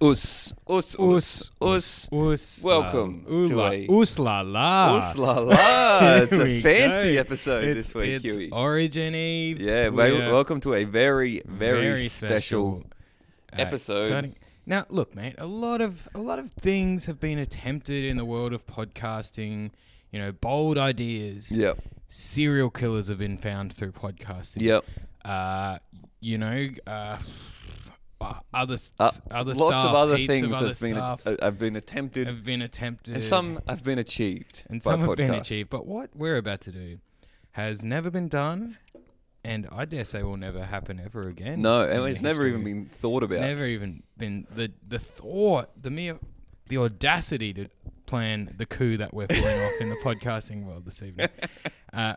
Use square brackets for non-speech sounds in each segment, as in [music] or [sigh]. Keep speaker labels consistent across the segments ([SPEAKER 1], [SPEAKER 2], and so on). [SPEAKER 1] Us, us, us, us.
[SPEAKER 2] Us.
[SPEAKER 1] Welcome
[SPEAKER 2] Ooh,
[SPEAKER 1] to
[SPEAKER 2] la,
[SPEAKER 1] a-
[SPEAKER 2] oos la la.
[SPEAKER 1] Us la la. It's
[SPEAKER 2] Ah. [laughs] Here
[SPEAKER 1] a
[SPEAKER 2] we
[SPEAKER 1] fancy
[SPEAKER 2] go.
[SPEAKER 1] episode
[SPEAKER 2] It's-
[SPEAKER 1] this week,
[SPEAKER 2] it's
[SPEAKER 1] Huey.
[SPEAKER 2] Origin Eve.
[SPEAKER 1] Yeah,
[SPEAKER 2] We
[SPEAKER 1] wel-
[SPEAKER 2] are
[SPEAKER 1] welcome to a very, very, special,
[SPEAKER 2] uh,
[SPEAKER 1] episode.
[SPEAKER 2] exciting. Now, look, mate. A lot of a lot of things have been attempted in the world of podcasting. You know, bold ideas.
[SPEAKER 1] Yep.
[SPEAKER 2] Serial killers have been found through podcasting.
[SPEAKER 1] Yep.
[SPEAKER 2] Uh, you know, uh, other s-
[SPEAKER 1] Uh,
[SPEAKER 2] other
[SPEAKER 1] lots
[SPEAKER 2] stuff,
[SPEAKER 1] of other
[SPEAKER 2] heaps of
[SPEAKER 1] things
[SPEAKER 2] other
[SPEAKER 1] have been
[SPEAKER 2] stuff
[SPEAKER 1] uh, have been attempted,
[SPEAKER 2] have been attempted,
[SPEAKER 1] and some have been achieved.
[SPEAKER 2] and
[SPEAKER 1] by
[SPEAKER 2] some have been
[SPEAKER 1] podcasts.
[SPEAKER 2] achieved. But what we're about to do has never been done, and I dare say will never happen ever again.
[SPEAKER 1] No,
[SPEAKER 2] in
[SPEAKER 1] and
[SPEAKER 2] the
[SPEAKER 1] it's never even
[SPEAKER 2] history.
[SPEAKER 1] been thought about.
[SPEAKER 2] never even been the the thought, the mere the audacity to plan the coup that we're pulling off
[SPEAKER 1] [laughs]
[SPEAKER 2] in the podcasting world this evening. Uh,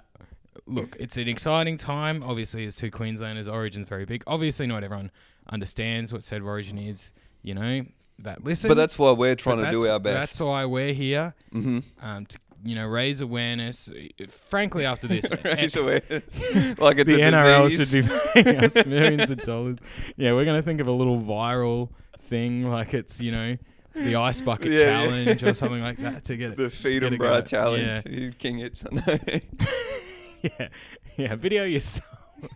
[SPEAKER 2] look, it's an exciting time. Obviously, as two Queenslanders, Origin's very big. Obviously, not everyone understands what said Origin is. You know that listen,
[SPEAKER 1] But that's why we're
[SPEAKER 2] but
[SPEAKER 1] trying to do
[SPEAKER 2] that's-
[SPEAKER 1] our
[SPEAKER 2] That's
[SPEAKER 1] best.
[SPEAKER 2] why we're here. [laughs]
[SPEAKER 1] hmm
[SPEAKER 2] Um, to, you know, raise awareness. Frankly,
[SPEAKER 1] [laughs]
[SPEAKER 2] after this,
[SPEAKER 1] Raise awareness. like it's
[SPEAKER 2] the
[SPEAKER 1] a
[SPEAKER 2] NRL
[SPEAKER 1] disease.
[SPEAKER 2] should be paying us millions of dollars. Yeah, we're gonna think of a little viral thing like it's you know the ice bucket
[SPEAKER 1] Yeah, yeah.
[SPEAKER 2] challenge or something like that to [laughs] get
[SPEAKER 1] the feed
[SPEAKER 2] get
[SPEAKER 1] and
[SPEAKER 2] it
[SPEAKER 1] bra
[SPEAKER 2] going.
[SPEAKER 1] challenge. You King it. [laughs]
[SPEAKER 2] Yeah, [laughs] yeah, yeah. Video yourself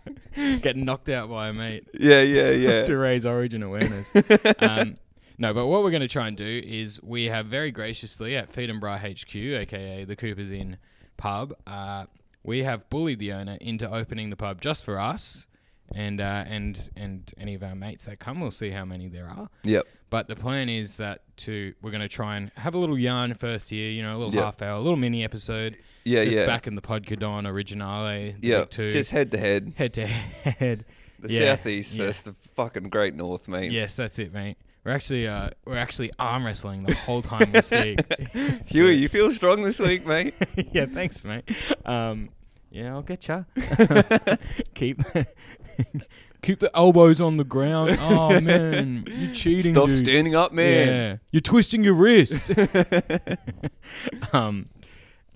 [SPEAKER 2] [laughs] get knocked out by a mate
[SPEAKER 1] yeah, yeah, yeah.
[SPEAKER 2] [laughs] to raise
[SPEAKER 1] [laughs]
[SPEAKER 2] origin awareness. um, no, but what we're going to try and do is we have very graciously at Feed and Bra HQ, aka the Coopers Inn pub, uh, we have bullied the owner into opening the pub just for us and uh, and and any of our mates that come. We'll see how many there are.
[SPEAKER 1] yep.
[SPEAKER 2] But the plan is that to we're going to try and have a little yarn first here, you know, a little
[SPEAKER 1] Yep.
[SPEAKER 2] half hour, a little mini episode,
[SPEAKER 1] Yeah,
[SPEAKER 2] just
[SPEAKER 1] yeah.
[SPEAKER 2] back in the Podcadon Originale, the
[SPEAKER 1] yeah.
[SPEAKER 2] big two,
[SPEAKER 1] Just head to head.
[SPEAKER 2] head to [laughs] head.
[SPEAKER 1] The
[SPEAKER 2] Yeah,
[SPEAKER 1] southeast
[SPEAKER 2] yeah.
[SPEAKER 1] versus the fucking great north, mate.
[SPEAKER 2] Yes, that's it, mate. We're actually uh, we're actually arm wrestling the whole
[SPEAKER 1] [laughs]
[SPEAKER 2] time we speak.
[SPEAKER 1] Huey, you feel strong this week, mate.
[SPEAKER 2] [laughs] yeah, thanks, mate. Um, yeah, I'll get
[SPEAKER 1] [laughs]
[SPEAKER 2] ya. keep [laughs] keep the elbows on the ground.
[SPEAKER 1] [laughs]
[SPEAKER 2] Oh man, you're cheating,
[SPEAKER 1] Stop
[SPEAKER 2] dude.
[SPEAKER 1] standing up, man.
[SPEAKER 2] Yeah, you're twisting
[SPEAKER 1] [laughs]
[SPEAKER 2] your wrist. [laughs] um,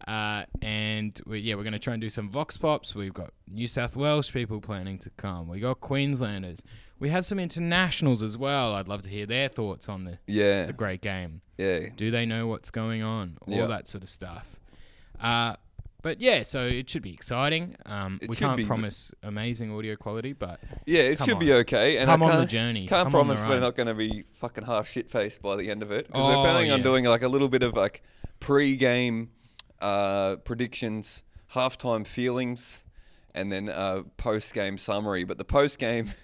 [SPEAKER 2] uh, and we, yeah, we're gonna try and do some vox pops. We've got New South Wales people planning to come. We got Queenslanders. We have some internationals as well. I'd love to hear their thoughts on the,
[SPEAKER 1] Yeah.
[SPEAKER 2] the great game.
[SPEAKER 1] Yeah.
[SPEAKER 2] Do they know what's going on? All
[SPEAKER 1] Yeah.
[SPEAKER 2] that sort of stuff. Uh, but yeah, so it should be exciting. Um,
[SPEAKER 1] It
[SPEAKER 2] we
[SPEAKER 1] should
[SPEAKER 2] can't
[SPEAKER 1] be.
[SPEAKER 2] promise amazing audio quality, but
[SPEAKER 1] Yeah, it
[SPEAKER 2] Come
[SPEAKER 1] should be
[SPEAKER 2] on.
[SPEAKER 1] okay. And
[SPEAKER 2] come
[SPEAKER 1] I
[SPEAKER 2] on
[SPEAKER 1] can't,
[SPEAKER 2] the journey.
[SPEAKER 1] Can't
[SPEAKER 2] come on the
[SPEAKER 1] promise we're
[SPEAKER 2] ride.
[SPEAKER 1] not going to be fucking half shit faced by the end of it because
[SPEAKER 2] Oh,
[SPEAKER 1] we're planning on
[SPEAKER 2] yeah.
[SPEAKER 1] doing like a little bit of like pre-game uh, predictions, halftime feelings, and then uh, post-game summary. But the post-game [laughs]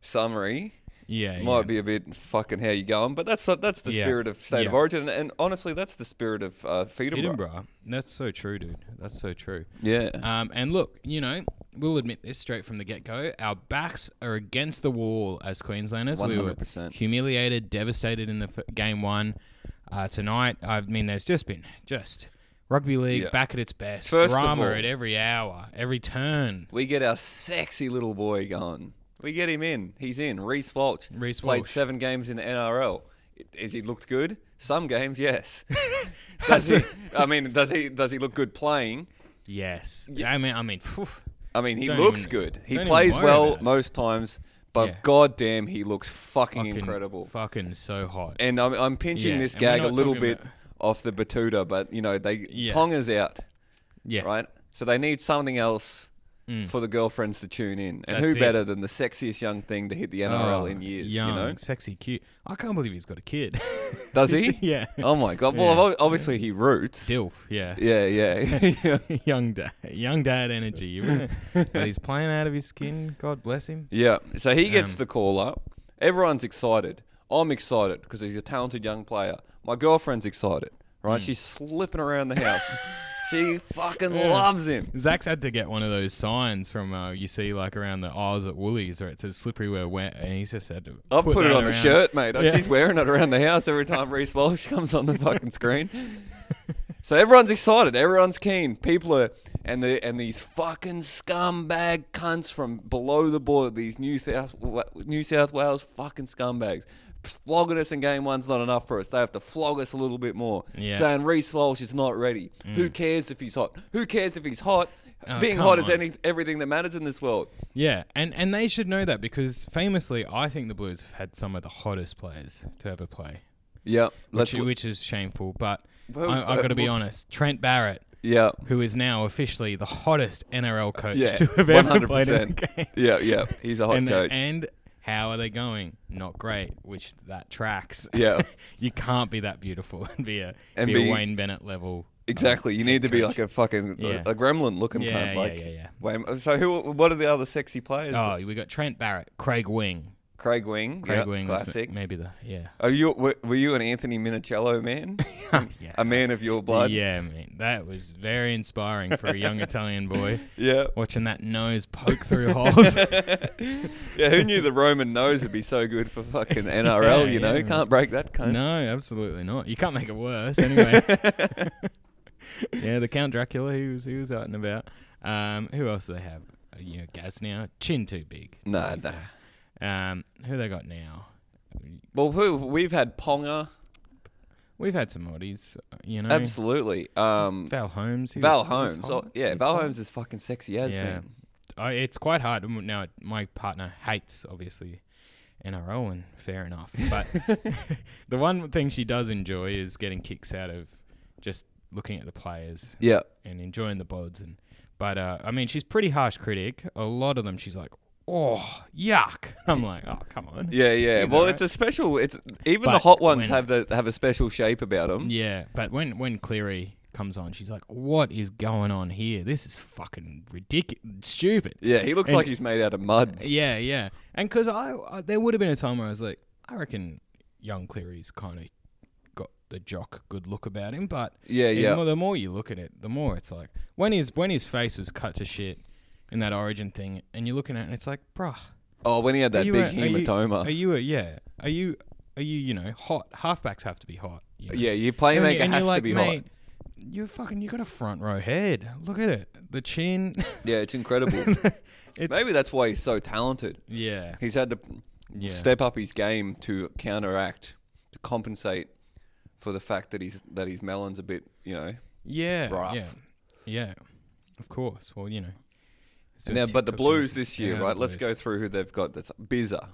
[SPEAKER 1] summary
[SPEAKER 2] Yeah,
[SPEAKER 1] might
[SPEAKER 2] yeah.
[SPEAKER 1] be a bit fucking how you going, but that's that's the
[SPEAKER 2] Yeah.
[SPEAKER 1] spirit of state of
[SPEAKER 2] Yeah.
[SPEAKER 1] origin, and, and honestly, that's the spirit of uh, Feederborough.
[SPEAKER 2] Edinburgh. That's so true, dude. That's so true.
[SPEAKER 1] Yeah.
[SPEAKER 2] Um, and look, you know, we'll admit this straight from the get go. Our backs are against the wall as Queenslanders. We were
[SPEAKER 1] 100%.
[SPEAKER 2] humiliated, devastated in the f- game one uh, tonight. I mean, there's just been just rugby league
[SPEAKER 1] Yeah.
[SPEAKER 2] back at its best,
[SPEAKER 1] First of
[SPEAKER 2] drama
[SPEAKER 1] all-
[SPEAKER 2] at every hour, every turn.
[SPEAKER 1] We get our sexy little boy going. We get him in. He's in. Reese Walsh.
[SPEAKER 2] Reece
[SPEAKER 1] Played
[SPEAKER 2] Walsh.
[SPEAKER 1] seven games in the NRL. Has he looked good? Some games,
[SPEAKER 2] [laughs]
[SPEAKER 1] yes. [laughs] does he? I mean, does he? Does he look good playing?
[SPEAKER 2] Yes. I mean, I mean, phew.
[SPEAKER 1] I mean, he
[SPEAKER 2] Don't
[SPEAKER 1] looks
[SPEAKER 2] even-
[SPEAKER 1] good. He
[SPEAKER 2] don't even
[SPEAKER 1] plays
[SPEAKER 2] worry
[SPEAKER 1] well
[SPEAKER 2] about it.
[SPEAKER 1] most times, but
[SPEAKER 2] Yeah.
[SPEAKER 1] goddamn, he looks fucking,
[SPEAKER 2] fucking-
[SPEAKER 1] incredible.
[SPEAKER 2] Fucking so hot.
[SPEAKER 1] and I'm, I'm pinching
[SPEAKER 2] Yeah,
[SPEAKER 1] this
[SPEAKER 2] and we're
[SPEAKER 1] gag a
[SPEAKER 2] not
[SPEAKER 1] little
[SPEAKER 2] talking
[SPEAKER 1] bit
[SPEAKER 2] about-
[SPEAKER 1] off the Batuta, but you know they
[SPEAKER 2] Yeah.
[SPEAKER 1] Ponga's out,
[SPEAKER 2] yeah. Mm.
[SPEAKER 1] right? So they need something else for the girlfriends to tune in, and
[SPEAKER 2] That's
[SPEAKER 1] who
[SPEAKER 2] it.
[SPEAKER 1] better than the sexiest young thing to hit the NRL
[SPEAKER 2] Oh,
[SPEAKER 1] in years?
[SPEAKER 2] Young,
[SPEAKER 1] You know,
[SPEAKER 2] sexy, cute. I can't believe he's got a kid.
[SPEAKER 1] does
[SPEAKER 2] Is
[SPEAKER 1] he?
[SPEAKER 2] he? [laughs] Yeah.
[SPEAKER 1] Oh my god. Well,
[SPEAKER 2] Yeah.
[SPEAKER 1] ob- obviously he roots.
[SPEAKER 2] Dilf, yeah.
[SPEAKER 1] Yeah, yeah. [laughs] yeah.
[SPEAKER 2] [laughs] young dad, young dad energy. you [laughs] know? but he's playing out of his skin. God bless him.
[SPEAKER 1] Yeah. So he gets the call up. Everyone's excited. I'm excited because he's a talented young player. My girlfriend's excited,
[SPEAKER 2] Mm.
[SPEAKER 1] right? She's slipping around the
[SPEAKER 2] [laughs]
[SPEAKER 1] house. she fucking loves him.
[SPEAKER 2] Zach's had to get one of those signs from uh, you see like around the aisles at Woolies where it says slippery where wet, and he's just had to.
[SPEAKER 1] I'll put, it
[SPEAKER 2] that
[SPEAKER 1] on the
[SPEAKER 2] around.
[SPEAKER 1] shirt, mate.
[SPEAKER 2] Yeah.
[SPEAKER 1] She's wearing it around the house every time Reese Walsh comes on the fucking
[SPEAKER 2] [laughs]
[SPEAKER 1] screen. So everyone's excited. Everyone's keen. People are, and the and these fucking scumbag cunts from below the border, these New South Wa- New South Wales fucking scumbags, flogging us in game one's not enough for us. They have to flog us a little bit more.
[SPEAKER 2] Yeah. Mm.
[SPEAKER 1] Saying Reese Walsh is not ready. Who cares if he's hot? Who cares if he's hot?
[SPEAKER 2] Oh,
[SPEAKER 1] Being
[SPEAKER 2] come
[SPEAKER 1] hot is
[SPEAKER 2] on.
[SPEAKER 1] any, everything that matters in this world.
[SPEAKER 2] Yeah, and and they should know that because famously, I think the Blues have had some of the hottest players to ever play,
[SPEAKER 1] Yeah,
[SPEAKER 2] which,
[SPEAKER 1] let's. look-
[SPEAKER 2] which is shameful. But
[SPEAKER 1] Well,
[SPEAKER 2] I, I've
[SPEAKER 1] uh,
[SPEAKER 2] got to be
[SPEAKER 1] well-
[SPEAKER 2] honest, Trent Barrett,
[SPEAKER 1] yeah,
[SPEAKER 2] who is now officially the hottest NRL coach
[SPEAKER 1] yeah,
[SPEAKER 2] to have
[SPEAKER 1] one
[SPEAKER 2] ever
[SPEAKER 1] hundred
[SPEAKER 2] played in
[SPEAKER 1] percent.
[SPEAKER 2] the game.
[SPEAKER 1] Yeah, yeah, he's a hot
[SPEAKER 2] and,
[SPEAKER 1] coach.
[SPEAKER 2] and how are they going? Not great, which that tracks.
[SPEAKER 1] Yeah.
[SPEAKER 2] [laughs] you can't be that beautiful [laughs] and be a
[SPEAKER 1] And
[SPEAKER 2] be,
[SPEAKER 1] be-
[SPEAKER 2] a Wayne Bennett level.
[SPEAKER 1] exactly, you need to be like a fucking
[SPEAKER 2] Yeah.
[SPEAKER 1] a gremlin looking
[SPEAKER 2] Yeah,
[SPEAKER 1] kind.
[SPEAKER 2] yeah,
[SPEAKER 1] Like,
[SPEAKER 2] yeah, yeah.
[SPEAKER 1] Wait, so who? What are the other sexy players?
[SPEAKER 2] Oh, we got Trent Barrett, Craig Wing,
[SPEAKER 1] Craig Wing,
[SPEAKER 2] Craig
[SPEAKER 1] yeah,
[SPEAKER 2] Wing, was m-
[SPEAKER 1] classic.
[SPEAKER 2] maybe the yeah.
[SPEAKER 1] Are you were, were you an Anthony Minicello man?
[SPEAKER 2] [laughs] yeah.
[SPEAKER 1] a man of your blood.
[SPEAKER 2] Yeah, man, that was very inspiring for
[SPEAKER 1] [laughs]
[SPEAKER 2] a young Italian boy [laughs]
[SPEAKER 1] yeah.
[SPEAKER 2] watching that nose poke through holes.
[SPEAKER 1] [laughs] Yeah, who knew the Roman nose would be so good for fucking NRL,
[SPEAKER 2] [laughs] Yeah,
[SPEAKER 1] you know?
[SPEAKER 2] yeah.
[SPEAKER 1] Can't break that cunt.
[SPEAKER 2] no, absolutely not. You can't make it worse anyway.
[SPEAKER 1] [laughs]
[SPEAKER 2] yeah, the Count Dracula, he was he was out and about. Um, who else do they have? Uh, You know, Gasnow, chin too big. to
[SPEAKER 1] Nah,
[SPEAKER 2] be
[SPEAKER 1] nah.
[SPEAKER 2] fair. Um, who they got now?
[SPEAKER 1] Well, who we've had Ponga,
[SPEAKER 2] We've had some oddies, you know.
[SPEAKER 1] absolutely. Um,
[SPEAKER 2] Val Holmes. he
[SPEAKER 1] Val
[SPEAKER 2] was- he was
[SPEAKER 1] Holmes.
[SPEAKER 2] hot.
[SPEAKER 1] Oh, yeah,
[SPEAKER 2] He's
[SPEAKER 1] Val
[SPEAKER 2] hot.
[SPEAKER 1] Holmes is fucking sexy as
[SPEAKER 2] Yeah.
[SPEAKER 1] man.
[SPEAKER 2] I, it's quite hard. M- Now, my partner hates, obviously, NRL, and fair enough. But [laughs] the one thing she does enjoy is getting kicks out of just looking at the players
[SPEAKER 1] Yeah,
[SPEAKER 2] and enjoying the bods. And But, uh, I mean, she's pretty harsh critic. A lot of them, she's like, oh, yuck. [laughs] I'm like, oh, come on.
[SPEAKER 1] yeah, yeah.
[SPEAKER 2] He's
[SPEAKER 1] well,
[SPEAKER 2] alright.
[SPEAKER 1] it's a special. It's even the
[SPEAKER 2] But
[SPEAKER 1] hot ones
[SPEAKER 2] when-
[SPEAKER 1] have the have a special shape about them.
[SPEAKER 2] Yeah, but when when Cleary comes on, she's like, "What is going on here? This is fucking ridiculous, stupid."
[SPEAKER 1] Yeah, he looks
[SPEAKER 2] And-
[SPEAKER 1] like he's made out of mud.
[SPEAKER 2] Yeah, yeah. And because I, I, there would have been a time where I was like, I reckon young Cleary's kind of got the jock good look about him, but
[SPEAKER 1] Yeah,
[SPEAKER 2] the
[SPEAKER 1] yeah.
[SPEAKER 2] more- the more you look at it, the more it's like when his when his face was cut to shit in that Origin thing, and you're looking at it, and it's like, bruh,
[SPEAKER 1] Oh, when he had that
[SPEAKER 2] are you
[SPEAKER 1] big
[SPEAKER 2] a-
[SPEAKER 1] hematoma.
[SPEAKER 2] Are you, are you a, yeah? Are you are you you know hot? Halfbacks have to be hot. you know?
[SPEAKER 1] yeah, your playmaker
[SPEAKER 2] and you're
[SPEAKER 1] has to
[SPEAKER 2] like,
[SPEAKER 1] be hot.
[SPEAKER 2] "Mate, You fucking you got a front row head. Look at it, the chin. [laughs]
[SPEAKER 1] Yeah, it's incredible.
[SPEAKER 2] it's,
[SPEAKER 1] Maybe that's why he's so talented.
[SPEAKER 2] yeah,
[SPEAKER 1] He's had to
[SPEAKER 2] Yeah.
[SPEAKER 1] step up his game to counteract, to compensate for the fact that he's that his melon's a bit, you know.
[SPEAKER 2] yeah,
[SPEAKER 1] rough.
[SPEAKER 2] yeah, yeah. Of course. Well, you know. so
[SPEAKER 1] Now, but the
[SPEAKER 2] TikTok
[SPEAKER 1] Blues
[SPEAKER 2] dances.
[SPEAKER 1] this year,
[SPEAKER 2] Yeah, the
[SPEAKER 1] right? Let's go
[SPEAKER 2] Blues.
[SPEAKER 1] through who they've got. That's Bizza,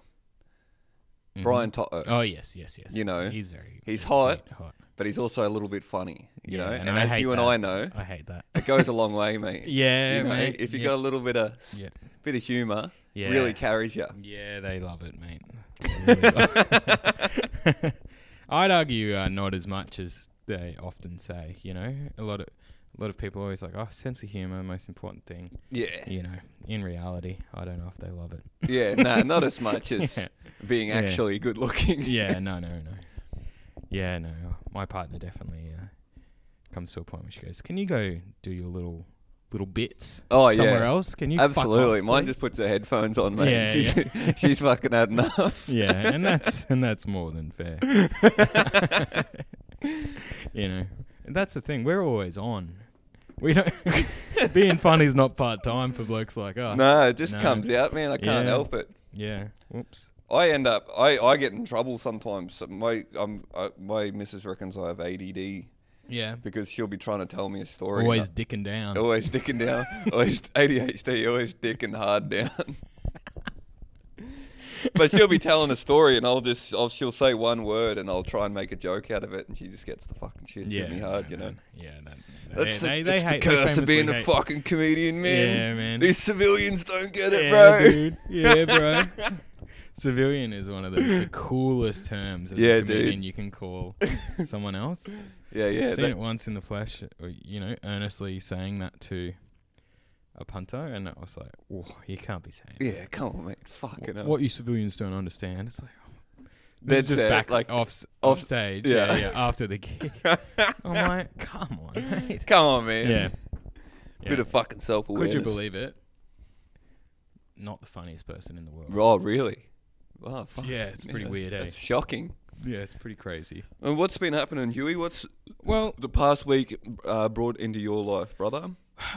[SPEAKER 2] Mhm.
[SPEAKER 1] Brian Toto,
[SPEAKER 2] Oh yes, yes, yes.
[SPEAKER 1] You know,
[SPEAKER 2] he's very.
[SPEAKER 1] he's
[SPEAKER 2] very
[SPEAKER 1] hot,
[SPEAKER 2] hot.
[SPEAKER 1] but he's also a little bit funny, you
[SPEAKER 2] Yeah,
[SPEAKER 1] know.
[SPEAKER 2] and
[SPEAKER 1] And,
[SPEAKER 2] I
[SPEAKER 1] as
[SPEAKER 2] hate
[SPEAKER 1] you and
[SPEAKER 2] that.
[SPEAKER 1] I know,
[SPEAKER 2] I hate that.
[SPEAKER 1] it goes a long way,
[SPEAKER 2] [laughs]
[SPEAKER 1] mate.
[SPEAKER 2] Yeah,
[SPEAKER 1] you know,
[SPEAKER 2] mate.
[SPEAKER 1] if you
[SPEAKER 2] yeah.
[SPEAKER 1] got a little bit of s-
[SPEAKER 2] Yeah.
[SPEAKER 1] bit of humor,
[SPEAKER 2] Yeah.
[SPEAKER 1] really carries you.
[SPEAKER 2] Yeah, they love it, [laughs] mate. They really love it. I'd argue uh, not as much as they often say. You know, a lot of a lot of people are always like, "Oh, sense of humor, most important thing."
[SPEAKER 1] Yeah,
[SPEAKER 2] You know, in reality, I don't know if they love it.
[SPEAKER 1] yeah. No, not as much as
[SPEAKER 2] [laughs] Yeah.
[SPEAKER 1] being
[SPEAKER 2] Yeah.
[SPEAKER 1] actually good looking.
[SPEAKER 2] yeah, [laughs] no, no, no. Yeah, no. My partner definitely uh, comes to a point where she goes, "Can you go do your little little bits
[SPEAKER 1] [laughs] Oh, yeah.
[SPEAKER 2] somewhere else? Can you fuck off,
[SPEAKER 1] Absolutely. Mine
[SPEAKER 2] please?"
[SPEAKER 1] just puts her headphones on, mate.
[SPEAKER 2] Yeah,
[SPEAKER 1] she's, [laughs] she's fucking had
[SPEAKER 2] [laughs]
[SPEAKER 1] enough.
[SPEAKER 2] yeah, and that's and that's more than fair. [laughs] you know, and that's the thing. We're always on. We don't [laughs] being funny is not part time for blokes like us.
[SPEAKER 1] no, it just
[SPEAKER 2] Oh, No.
[SPEAKER 1] comes out, man. I can't
[SPEAKER 2] Yeah.
[SPEAKER 1] help it.
[SPEAKER 2] Yeah. Whoops.
[SPEAKER 1] I end up, I, I get in trouble sometimes. So My um, uh, my missus reckons I have ADD
[SPEAKER 2] Yeah.
[SPEAKER 1] because she'll be trying to tell me a story. and
[SPEAKER 2] Always dicking
[SPEAKER 1] I-
[SPEAKER 2] down.
[SPEAKER 1] always dicking down. always [laughs] ADHD, always dicking hard down. [laughs] but she'll be telling a story and I'll just, I'll, she'll say one word and I'll try and make a joke out of it and she just gets the fucking shit
[SPEAKER 2] yeah.
[SPEAKER 1] in me hard, you
[SPEAKER 2] no,
[SPEAKER 1] know.
[SPEAKER 2] no, Yeah. That,
[SPEAKER 1] That's the,
[SPEAKER 2] they, they, they
[SPEAKER 1] that's the
[SPEAKER 2] hate, they
[SPEAKER 1] curse of
[SPEAKER 2] famously
[SPEAKER 1] being a
[SPEAKER 2] hate-
[SPEAKER 1] fucking comedian, man.
[SPEAKER 2] Yeah, man.
[SPEAKER 1] These civilians don't get it,
[SPEAKER 2] yeah,
[SPEAKER 1] bro.
[SPEAKER 2] dude. Yeah, bro. Civilian is one of the, the coolest terms as
[SPEAKER 1] Yeah,
[SPEAKER 2] a
[SPEAKER 1] dude.
[SPEAKER 2] comedian you
[SPEAKER 1] [laughs]
[SPEAKER 2] can call someone else.
[SPEAKER 1] [laughs] Yeah, yeah.
[SPEAKER 2] seen
[SPEAKER 1] that-
[SPEAKER 2] it once in the flesh, uh, you know, earnestly saying that to a punter, and I was like, "Whoa, you can't be saying that."
[SPEAKER 1] yeah, come on, mate. Fucking
[SPEAKER 2] Wh-
[SPEAKER 1] hell.
[SPEAKER 2] what you civilians don't understand." It's like oh, this
[SPEAKER 1] That's
[SPEAKER 2] is just
[SPEAKER 1] it,
[SPEAKER 2] back oh.
[SPEAKER 1] like,
[SPEAKER 2] like off s-
[SPEAKER 1] off-
[SPEAKER 2] off stage,
[SPEAKER 1] yeah.
[SPEAKER 2] yeah, yeah, after
[SPEAKER 1] [laughs]
[SPEAKER 2] the gig. I'm like, "Come on, mate."
[SPEAKER 1] Come on, man.
[SPEAKER 2] Yeah,
[SPEAKER 1] Bit
[SPEAKER 2] Yeah.
[SPEAKER 1] of fucking self awareness.
[SPEAKER 2] Could you believe it? Not the funniest person in the world.
[SPEAKER 1] Oh, really? Wow, fuck.
[SPEAKER 2] Yeah, it's pretty
[SPEAKER 1] that's-
[SPEAKER 2] weird, eh?
[SPEAKER 1] That's shocking.
[SPEAKER 2] Yeah, it's pretty crazy.
[SPEAKER 1] And what's been happening, Huey? What's
[SPEAKER 2] Well,
[SPEAKER 1] the past week uh, brought into your life,
[SPEAKER 2] [laughs]
[SPEAKER 1] brother?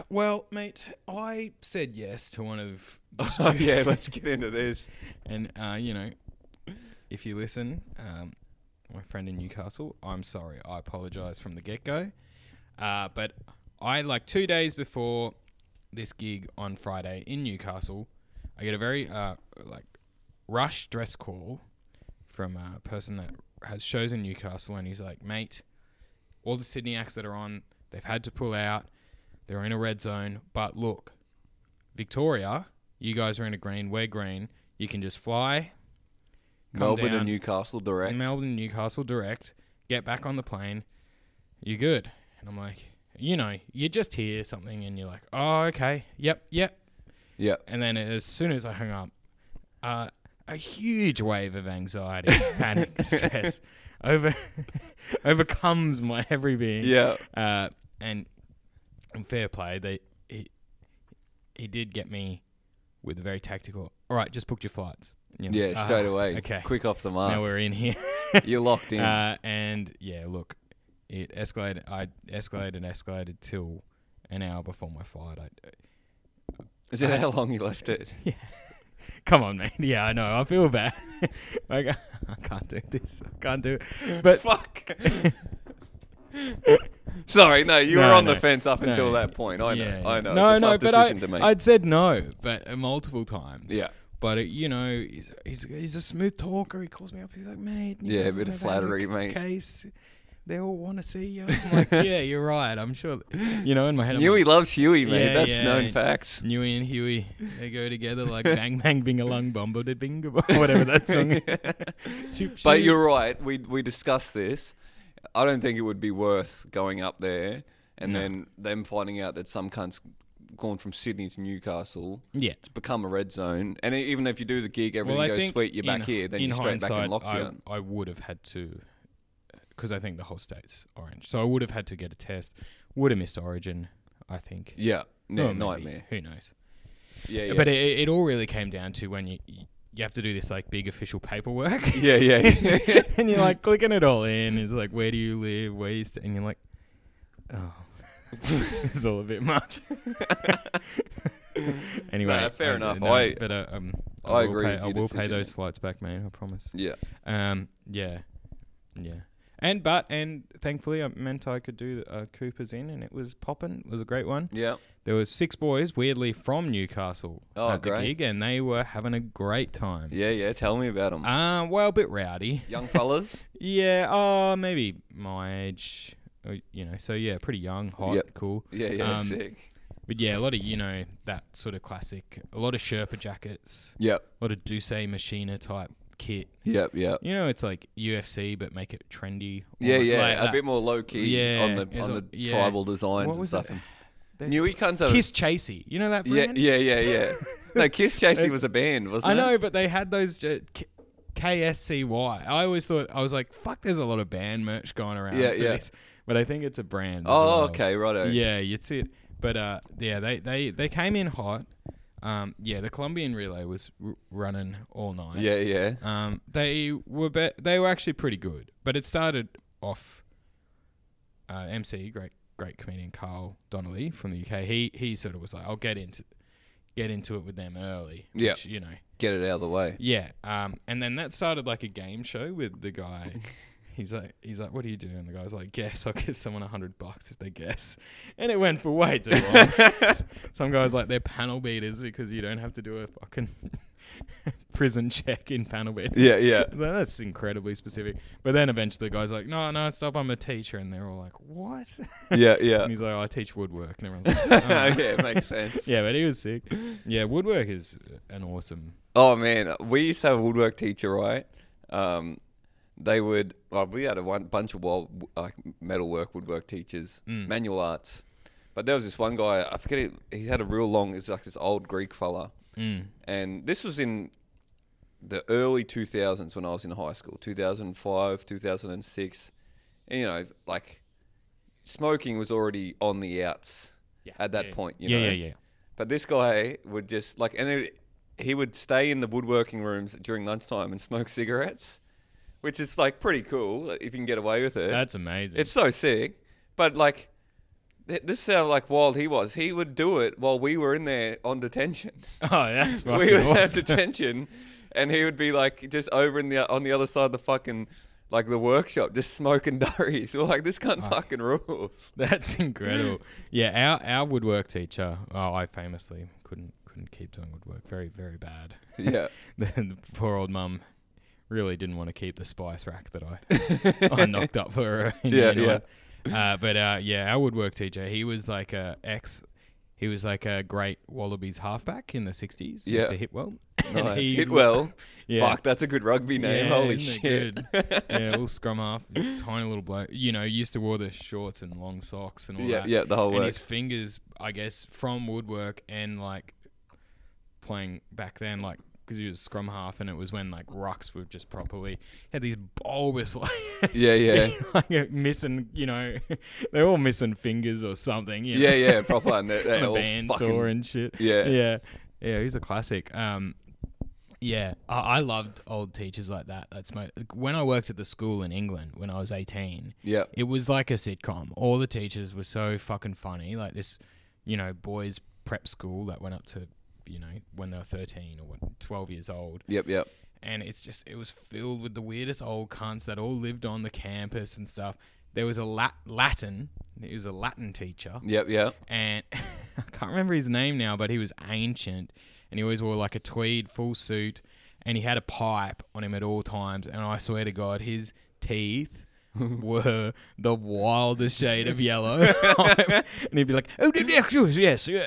[SPEAKER 2] well, mate, I said yes to one of,
[SPEAKER 1] oh, yeah, let's get into [laughs] this.
[SPEAKER 2] and uh, you know, if you listen, um, my friend in Newcastle, I'm sorry, I apologise from the get go, uh, but I like two days before this gig on Friday in Newcastle. I get a very uh, like rush dress call from a person that has shows in Newcastle, and he's like, "Mate, all the Sydney acts that are on, they've had to pull out. They're in a red zone, but look, Victoria, you guys are in a green. We're green. You can just fly Come
[SPEAKER 1] Melbourne
[SPEAKER 2] down. Mm.
[SPEAKER 1] and Newcastle direct.
[SPEAKER 2] Melbourne, Newcastle direct. Get back on the plane. You're good. And I'm like, you know, you just hear something and you're like, oh, okay, yep, yep.
[SPEAKER 1] yeah.
[SPEAKER 2] And then as soon as I hung up, uh, a huge wave of anxiety, panic, [laughs] stress over [laughs] overcomes my every being.
[SPEAKER 1] Yeah.
[SPEAKER 2] Uh, and in fair play, they he, he did get me with a very tactical. All right, just booked your flights. You know,
[SPEAKER 1] Yeah,
[SPEAKER 2] ah,
[SPEAKER 1] straight away.
[SPEAKER 2] Okay,
[SPEAKER 1] Quick off the
[SPEAKER 2] now
[SPEAKER 1] mark.
[SPEAKER 2] we're in
[SPEAKER 1] [laughs]
[SPEAKER 2] here.
[SPEAKER 1] You're locked in.
[SPEAKER 2] Uh, and yeah, look, it escalated. I escalated and escalated till an hour before my flight. I, [laughs]
[SPEAKER 1] Is
[SPEAKER 2] uh,
[SPEAKER 1] that how long you left it?
[SPEAKER 2] come on, man. [laughs] Yeah, I know. I feel bad. [laughs] like I, I can't do this. I can't do it. But
[SPEAKER 1] Fuck. [laughs] Sorry, no, you were
[SPEAKER 2] No,
[SPEAKER 1] on the
[SPEAKER 2] no,
[SPEAKER 1] fence up
[SPEAKER 2] no,
[SPEAKER 1] until that point. I
[SPEAKER 2] yeah,
[SPEAKER 1] know, I
[SPEAKER 2] yeah.
[SPEAKER 1] know.
[SPEAKER 2] No,
[SPEAKER 1] it's a
[SPEAKER 2] no,
[SPEAKER 1] tough
[SPEAKER 2] but I,
[SPEAKER 1] decision to make.
[SPEAKER 2] I'd said no, but uh, multiple times. [laughs]
[SPEAKER 1] yeah,
[SPEAKER 2] But uh, you know, he's, he's he's a smooth talker. He calls me up. He's like, mate.
[SPEAKER 1] Yeah, a
[SPEAKER 2] Newcastle's
[SPEAKER 1] bit of
[SPEAKER 2] never had
[SPEAKER 1] flattery,
[SPEAKER 2] c-
[SPEAKER 1] mate."
[SPEAKER 2] Case. They all want to see you.
[SPEAKER 1] [laughs]
[SPEAKER 2] I'm like, yeah, you're right. I'm sure. You know, in my head, I'm
[SPEAKER 1] Huey loves Huey, man.
[SPEAKER 2] Yeah,
[SPEAKER 1] That's
[SPEAKER 2] yeah,
[SPEAKER 1] known
[SPEAKER 2] yeah.
[SPEAKER 1] facts.
[SPEAKER 2] Newey and Huey, they go together like bang bang bing along bombo de bing or whatever that song. is.
[SPEAKER 1] [laughs]
[SPEAKER 2] Shoop,
[SPEAKER 1] But
[SPEAKER 2] shoop.
[SPEAKER 1] you're right. We we discussed this. I don't think it would be worth going up there and
[SPEAKER 2] No.
[SPEAKER 1] then them finding out that some cunt's gone from Sydney to Newcastle.
[SPEAKER 2] yeah.
[SPEAKER 1] It's become a red zone, and e- even if you do the gig, everything
[SPEAKER 2] Well, I
[SPEAKER 1] goes
[SPEAKER 2] think
[SPEAKER 1] sweet. You're
[SPEAKER 2] in-
[SPEAKER 1] back here, then
[SPEAKER 2] in
[SPEAKER 1] you're straight back in
[SPEAKER 2] hindsight,
[SPEAKER 1] lockdown.
[SPEAKER 2] I, I would have had to, because I think the whole state's orange, so I would have had to get a test. Would have missed Origin, I think.
[SPEAKER 1] yeah,
[SPEAKER 2] Or
[SPEAKER 1] no,
[SPEAKER 2] Oh, maybe.
[SPEAKER 1] nightmare.
[SPEAKER 2] Who knows?
[SPEAKER 1] Yeah, yeah,
[SPEAKER 2] But it, it all really came down to when you you have to do this like big official paperwork.
[SPEAKER 1] [laughs]
[SPEAKER 2] [laughs]
[SPEAKER 1] yeah, yeah.
[SPEAKER 2] and you're like clicking it all in. It's like, where do you live? Where you stay? And you're like, oh, [laughs] it's all a bit much. [laughs] anyway,
[SPEAKER 1] No, fair enough.
[SPEAKER 2] no,
[SPEAKER 1] I-
[SPEAKER 2] but uh, um, I,
[SPEAKER 1] I
[SPEAKER 2] will
[SPEAKER 1] agree
[SPEAKER 2] Pay,
[SPEAKER 1] with
[SPEAKER 2] I
[SPEAKER 1] your
[SPEAKER 2] will pay
[SPEAKER 1] decision.
[SPEAKER 2] those flights back, mate. I promise.
[SPEAKER 1] yeah.
[SPEAKER 2] Um, yeah, yeah. And but and thankfully, I meant I could do uh, Cooper's Inn, and it was poppin'. It was a great one.
[SPEAKER 1] Yeah.
[SPEAKER 2] There was six boys, weirdly from Newcastle,
[SPEAKER 1] Oh,
[SPEAKER 2] at the
[SPEAKER 1] great.
[SPEAKER 2] gig, and they were having a great time.
[SPEAKER 1] Yeah, yeah. Tell me about them.
[SPEAKER 2] Uh, well, a bit rowdy.
[SPEAKER 1] Young fellas.
[SPEAKER 2] Yeah, uh, maybe my age, uh, you know. So yeah, pretty young, hot,
[SPEAKER 1] Yep.
[SPEAKER 2] cool.
[SPEAKER 1] Yeah, yeah.
[SPEAKER 2] Um,
[SPEAKER 1] sick.
[SPEAKER 2] But yeah, a lot of you know that sort of classic. A lot of Sherpa jackets,
[SPEAKER 1] Yep.
[SPEAKER 2] a lot of Duce Machina type kit.
[SPEAKER 1] Yep. Yep.
[SPEAKER 2] You know, it's like UFC, but make it trendy. or
[SPEAKER 1] Yeah, yeah.
[SPEAKER 2] like
[SPEAKER 1] a
[SPEAKER 2] that.
[SPEAKER 1] bit more low key
[SPEAKER 2] Yeah,
[SPEAKER 1] on the
[SPEAKER 2] it's
[SPEAKER 1] on
[SPEAKER 2] a-
[SPEAKER 1] the
[SPEAKER 2] yeah.
[SPEAKER 1] tribal designs
[SPEAKER 2] What
[SPEAKER 1] and
[SPEAKER 2] was
[SPEAKER 1] stuff.
[SPEAKER 2] it?
[SPEAKER 1] And
[SPEAKER 2] There's
[SPEAKER 1] Newy cunts have a-
[SPEAKER 2] Kiss Chasey. You know that
[SPEAKER 1] Yeah,
[SPEAKER 2] brand?
[SPEAKER 1] yeah, yeah,
[SPEAKER 2] [laughs]
[SPEAKER 1] yeah. no, Kiss Chasey was a band, wasn't
[SPEAKER 2] I
[SPEAKER 1] it?
[SPEAKER 2] know, but they had those. J- K- KSCY. I always thought I was like, "Fuck." There's a lot of band merch going around.
[SPEAKER 1] Yeah,
[SPEAKER 2] for
[SPEAKER 1] yeah.
[SPEAKER 2] This. But I think it's a brand. as
[SPEAKER 1] Oh,
[SPEAKER 2] well.
[SPEAKER 1] okay, righto.
[SPEAKER 2] Yeah, it's it. But uh, yeah, they, they, they came in hot. Um, yeah, the Colombian relay was r- running all night.
[SPEAKER 1] yeah, yeah.
[SPEAKER 2] Um, they were be- they were actually pretty good, but it started off. Uh, MC, great great comedian Carl Donnelly from the UK. He he sort of was like, I'll get into get into it with them early.
[SPEAKER 1] Yeah.
[SPEAKER 2] which, you know.
[SPEAKER 1] Get it out of the way.
[SPEAKER 2] Yeah. Um, and then that started like a game show with the
[SPEAKER 1] [laughs]
[SPEAKER 2] guy. He's like, he's like, what do you do? And the guy's like, guess. I'll give someone a hundred bucks if they guess. And it went for way too long.
[SPEAKER 1] [laughs]
[SPEAKER 2] Some guys like they're panel beaters because you don't have to do a fucking [laughs] prison check in panel beaters.
[SPEAKER 1] Yeah, yeah.
[SPEAKER 2] It's [laughs] like, That's incredibly specific. But then eventually the guy's like, no, no, stop. I'm a teacher. And they're all like, what?
[SPEAKER 1] Yeah, yeah.
[SPEAKER 2] [laughs] And he's like, oh, I teach woodwork. And everyone's
[SPEAKER 1] [laughs]
[SPEAKER 2] like,
[SPEAKER 1] yeah, it makes sense.
[SPEAKER 2] yeah, but he was sick. Yeah, woodwork is an awesome.
[SPEAKER 1] Oh man, we used to have a woodwork teacher, right? Um, they would. Well, we had a one, bunch of wild like metalwork, woodwork teachers,
[SPEAKER 2] Mm.
[SPEAKER 1] manual arts. But there was this one guy. I forget. It, he had a real long. It's like this old Greek fella,
[SPEAKER 2] Mm.
[SPEAKER 1] and this was in the early 2000s when I was in high school, 2005, 2006. And, you know, like smoking was already on the outs
[SPEAKER 2] Yeah,
[SPEAKER 1] at that
[SPEAKER 2] yeah.
[SPEAKER 1] point. You
[SPEAKER 2] yeah,
[SPEAKER 1] know?
[SPEAKER 2] yeah, yeah.
[SPEAKER 1] But this guy would just like, and it, he would stay in the woodworking rooms during lunchtime and smoke [laughs] cigarettes, which is like pretty cool if you can get away with it.
[SPEAKER 2] That's amazing.
[SPEAKER 1] it's so sick. But like, th- this is how like wild he was. He would do it while we were in there on detention.
[SPEAKER 2] [laughs] oh, that's
[SPEAKER 1] [laughs]
[SPEAKER 2] fucking
[SPEAKER 1] we would have
[SPEAKER 2] awesome.
[SPEAKER 1] detention, and he would be like just over in the on the other side of the fucking like the workshop, just smoking [laughs] durries. We're like, this cunt fucking
[SPEAKER 2] [laughs]
[SPEAKER 1] rules.
[SPEAKER 2] That's incredible. Yeah, our our woodwork teacher. Oh, I famously couldn't couldn't keep doing woodwork. Very very bad. [laughs]
[SPEAKER 1] [laughs] Yeah.
[SPEAKER 2] the, the poor old mum really didn't want to keep the spice rack that
[SPEAKER 1] [laughs]
[SPEAKER 2] I, I knocked up for her. in
[SPEAKER 1] Yeah,
[SPEAKER 2] year nine. Uh, but uh, yeah, our woodwork teacher, he was like a ex, he was like a great Wallabies halfback in the '60s,
[SPEAKER 1] Yeah.
[SPEAKER 2] Mr. Hitwell. [laughs]
[SPEAKER 1] Nice.
[SPEAKER 2] he-
[SPEAKER 1] Hit well.
[SPEAKER 2] [laughs] yeah.
[SPEAKER 1] Fuck, that's a good rugby name.
[SPEAKER 2] Yeah,
[SPEAKER 1] Holy
[SPEAKER 2] isn't
[SPEAKER 1] shit. [laughs]
[SPEAKER 2] it good? yeah, little scrum half, tiny little bloke. You know, used to wear the shorts and long socks and all
[SPEAKER 1] Yeah,
[SPEAKER 2] that.
[SPEAKER 1] yeah, the whole
[SPEAKER 2] and his
[SPEAKER 1] works.
[SPEAKER 2] fingers, I guess, from woodwork and like playing back then, like because he was scrum half, and it was when like rucks were just properly had these bulbous [laughs] like
[SPEAKER 1] [laughs] Yeah, yeah.
[SPEAKER 2] [laughs] like uh, missing, you know, [laughs] they're all missing fingers or something. You
[SPEAKER 1] Yeah,
[SPEAKER 2] know?
[SPEAKER 1] yeah, proper. And they, they
[SPEAKER 2] on a
[SPEAKER 1] all
[SPEAKER 2] bandsaw
[SPEAKER 1] fucking,
[SPEAKER 2] and shit.
[SPEAKER 1] Yeah.
[SPEAKER 2] yeah, yeah. He's a classic. Um, yeah, I, I loved old teachers like that. That's my when I worked at the school in England when I was eighteen.
[SPEAKER 1] Yeah.
[SPEAKER 2] It was like a sitcom. All the teachers were so fucking funny. Like this, you know, boys prep school that went up to, you know, when they were thirteen or what, twelve years old
[SPEAKER 1] Yep, yep.
[SPEAKER 2] and it's just it was filled with the weirdest old cunts that all lived on the campus and stuff. There was a Lat- Latin, he was a Latin teacher,
[SPEAKER 1] Yep, yep.
[SPEAKER 2] and [laughs] I can't remember his name now, but he was ancient, and he always wore like a tweed full suit, and he had a pipe on him at all times. And I swear to God, his teeth.
[SPEAKER 1] [laughs]
[SPEAKER 2] were the wildest shade of yellow,
[SPEAKER 1] [laughs]
[SPEAKER 2] [laughs] and he'd be like, "Oh, yes, [laughs] yes." yeah."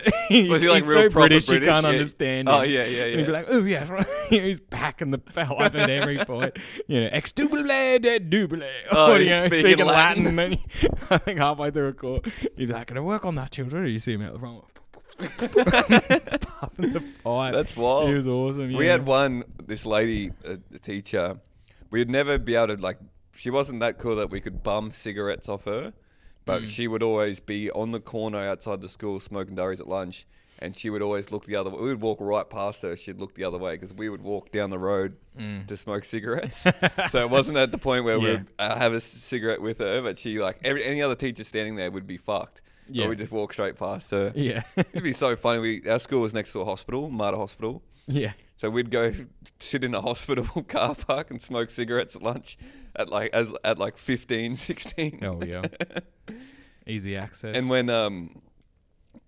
[SPEAKER 1] Was he like
[SPEAKER 2] He's
[SPEAKER 1] real
[SPEAKER 2] so
[SPEAKER 1] proper
[SPEAKER 2] British,
[SPEAKER 1] British?
[SPEAKER 2] You can't
[SPEAKER 1] Yeah.
[SPEAKER 2] understand.
[SPEAKER 1] Oh,
[SPEAKER 2] him.
[SPEAKER 1] yeah, yeah,
[SPEAKER 2] And he'd be
[SPEAKER 1] yeah.
[SPEAKER 2] like, oh yeah, [laughs] right." he's backing the
[SPEAKER 1] [laughs]
[SPEAKER 2] pipe at every point. You know, ex double dead double.
[SPEAKER 1] Oh,
[SPEAKER 2] [laughs] you
[SPEAKER 1] he's
[SPEAKER 2] know,
[SPEAKER 1] speaking
[SPEAKER 2] speaking
[SPEAKER 1] Latin.
[SPEAKER 2] Latin. [laughs] and then he- I think halfway through a call, he'd be like, "Can I work on that, children?" You see him out the
[SPEAKER 1] [laughs]
[SPEAKER 2] front, popping the pipe.
[SPEAKER 1] That's wild.
[SPEAKER 2] He was awesome.
[SPEAKER 1] We
[SPEAKER 2] yeah.
[SPEAKER 1] had one, this lady, a, a teacher, we'd never be able to, like, she wasn't that cool that we could bum cigarettes off her,
[SPEAKER 2] Hmm.
[SPEAKER 1] but she would always be on the corner outside the school smoking durries at lunch, and she would always look the other way. We would walk right past her, she'd look the other way, because we would walk down the road to smoke
[SPEAKER 2] [laughs]
[SPEAKER 1] cigarettes. so it wasn't at the point where
[SPEAKER 2] Hmm. Yeah.
[SPEAKER 1] we'd uh, have a c- cigarette with her, but she, like, every, any other teacher standing there would be fucked. Yeah.
[SPEAKER 2] Yeah.
[SPEAKER 1] we just walk straight past her.
[SPEAKER 2] Yeah, [laughs]
[SPEAKER 1] It'd be so funny. We, our school was next to a hospital, Mater Hospital.
[SPEAKER 2] yeah.
[SPEAKER 1] So we'd go [laughs] sit in a hospital [laughs] car park and smoke cigarettes at lunch at like as at like [laughs] 15, 16.
[SPEAKER 2] Oh
[SPEAKER 1] [laughs]
[SPEAKER 2] yeah. Easy access.
[SPEAKER 1] And when um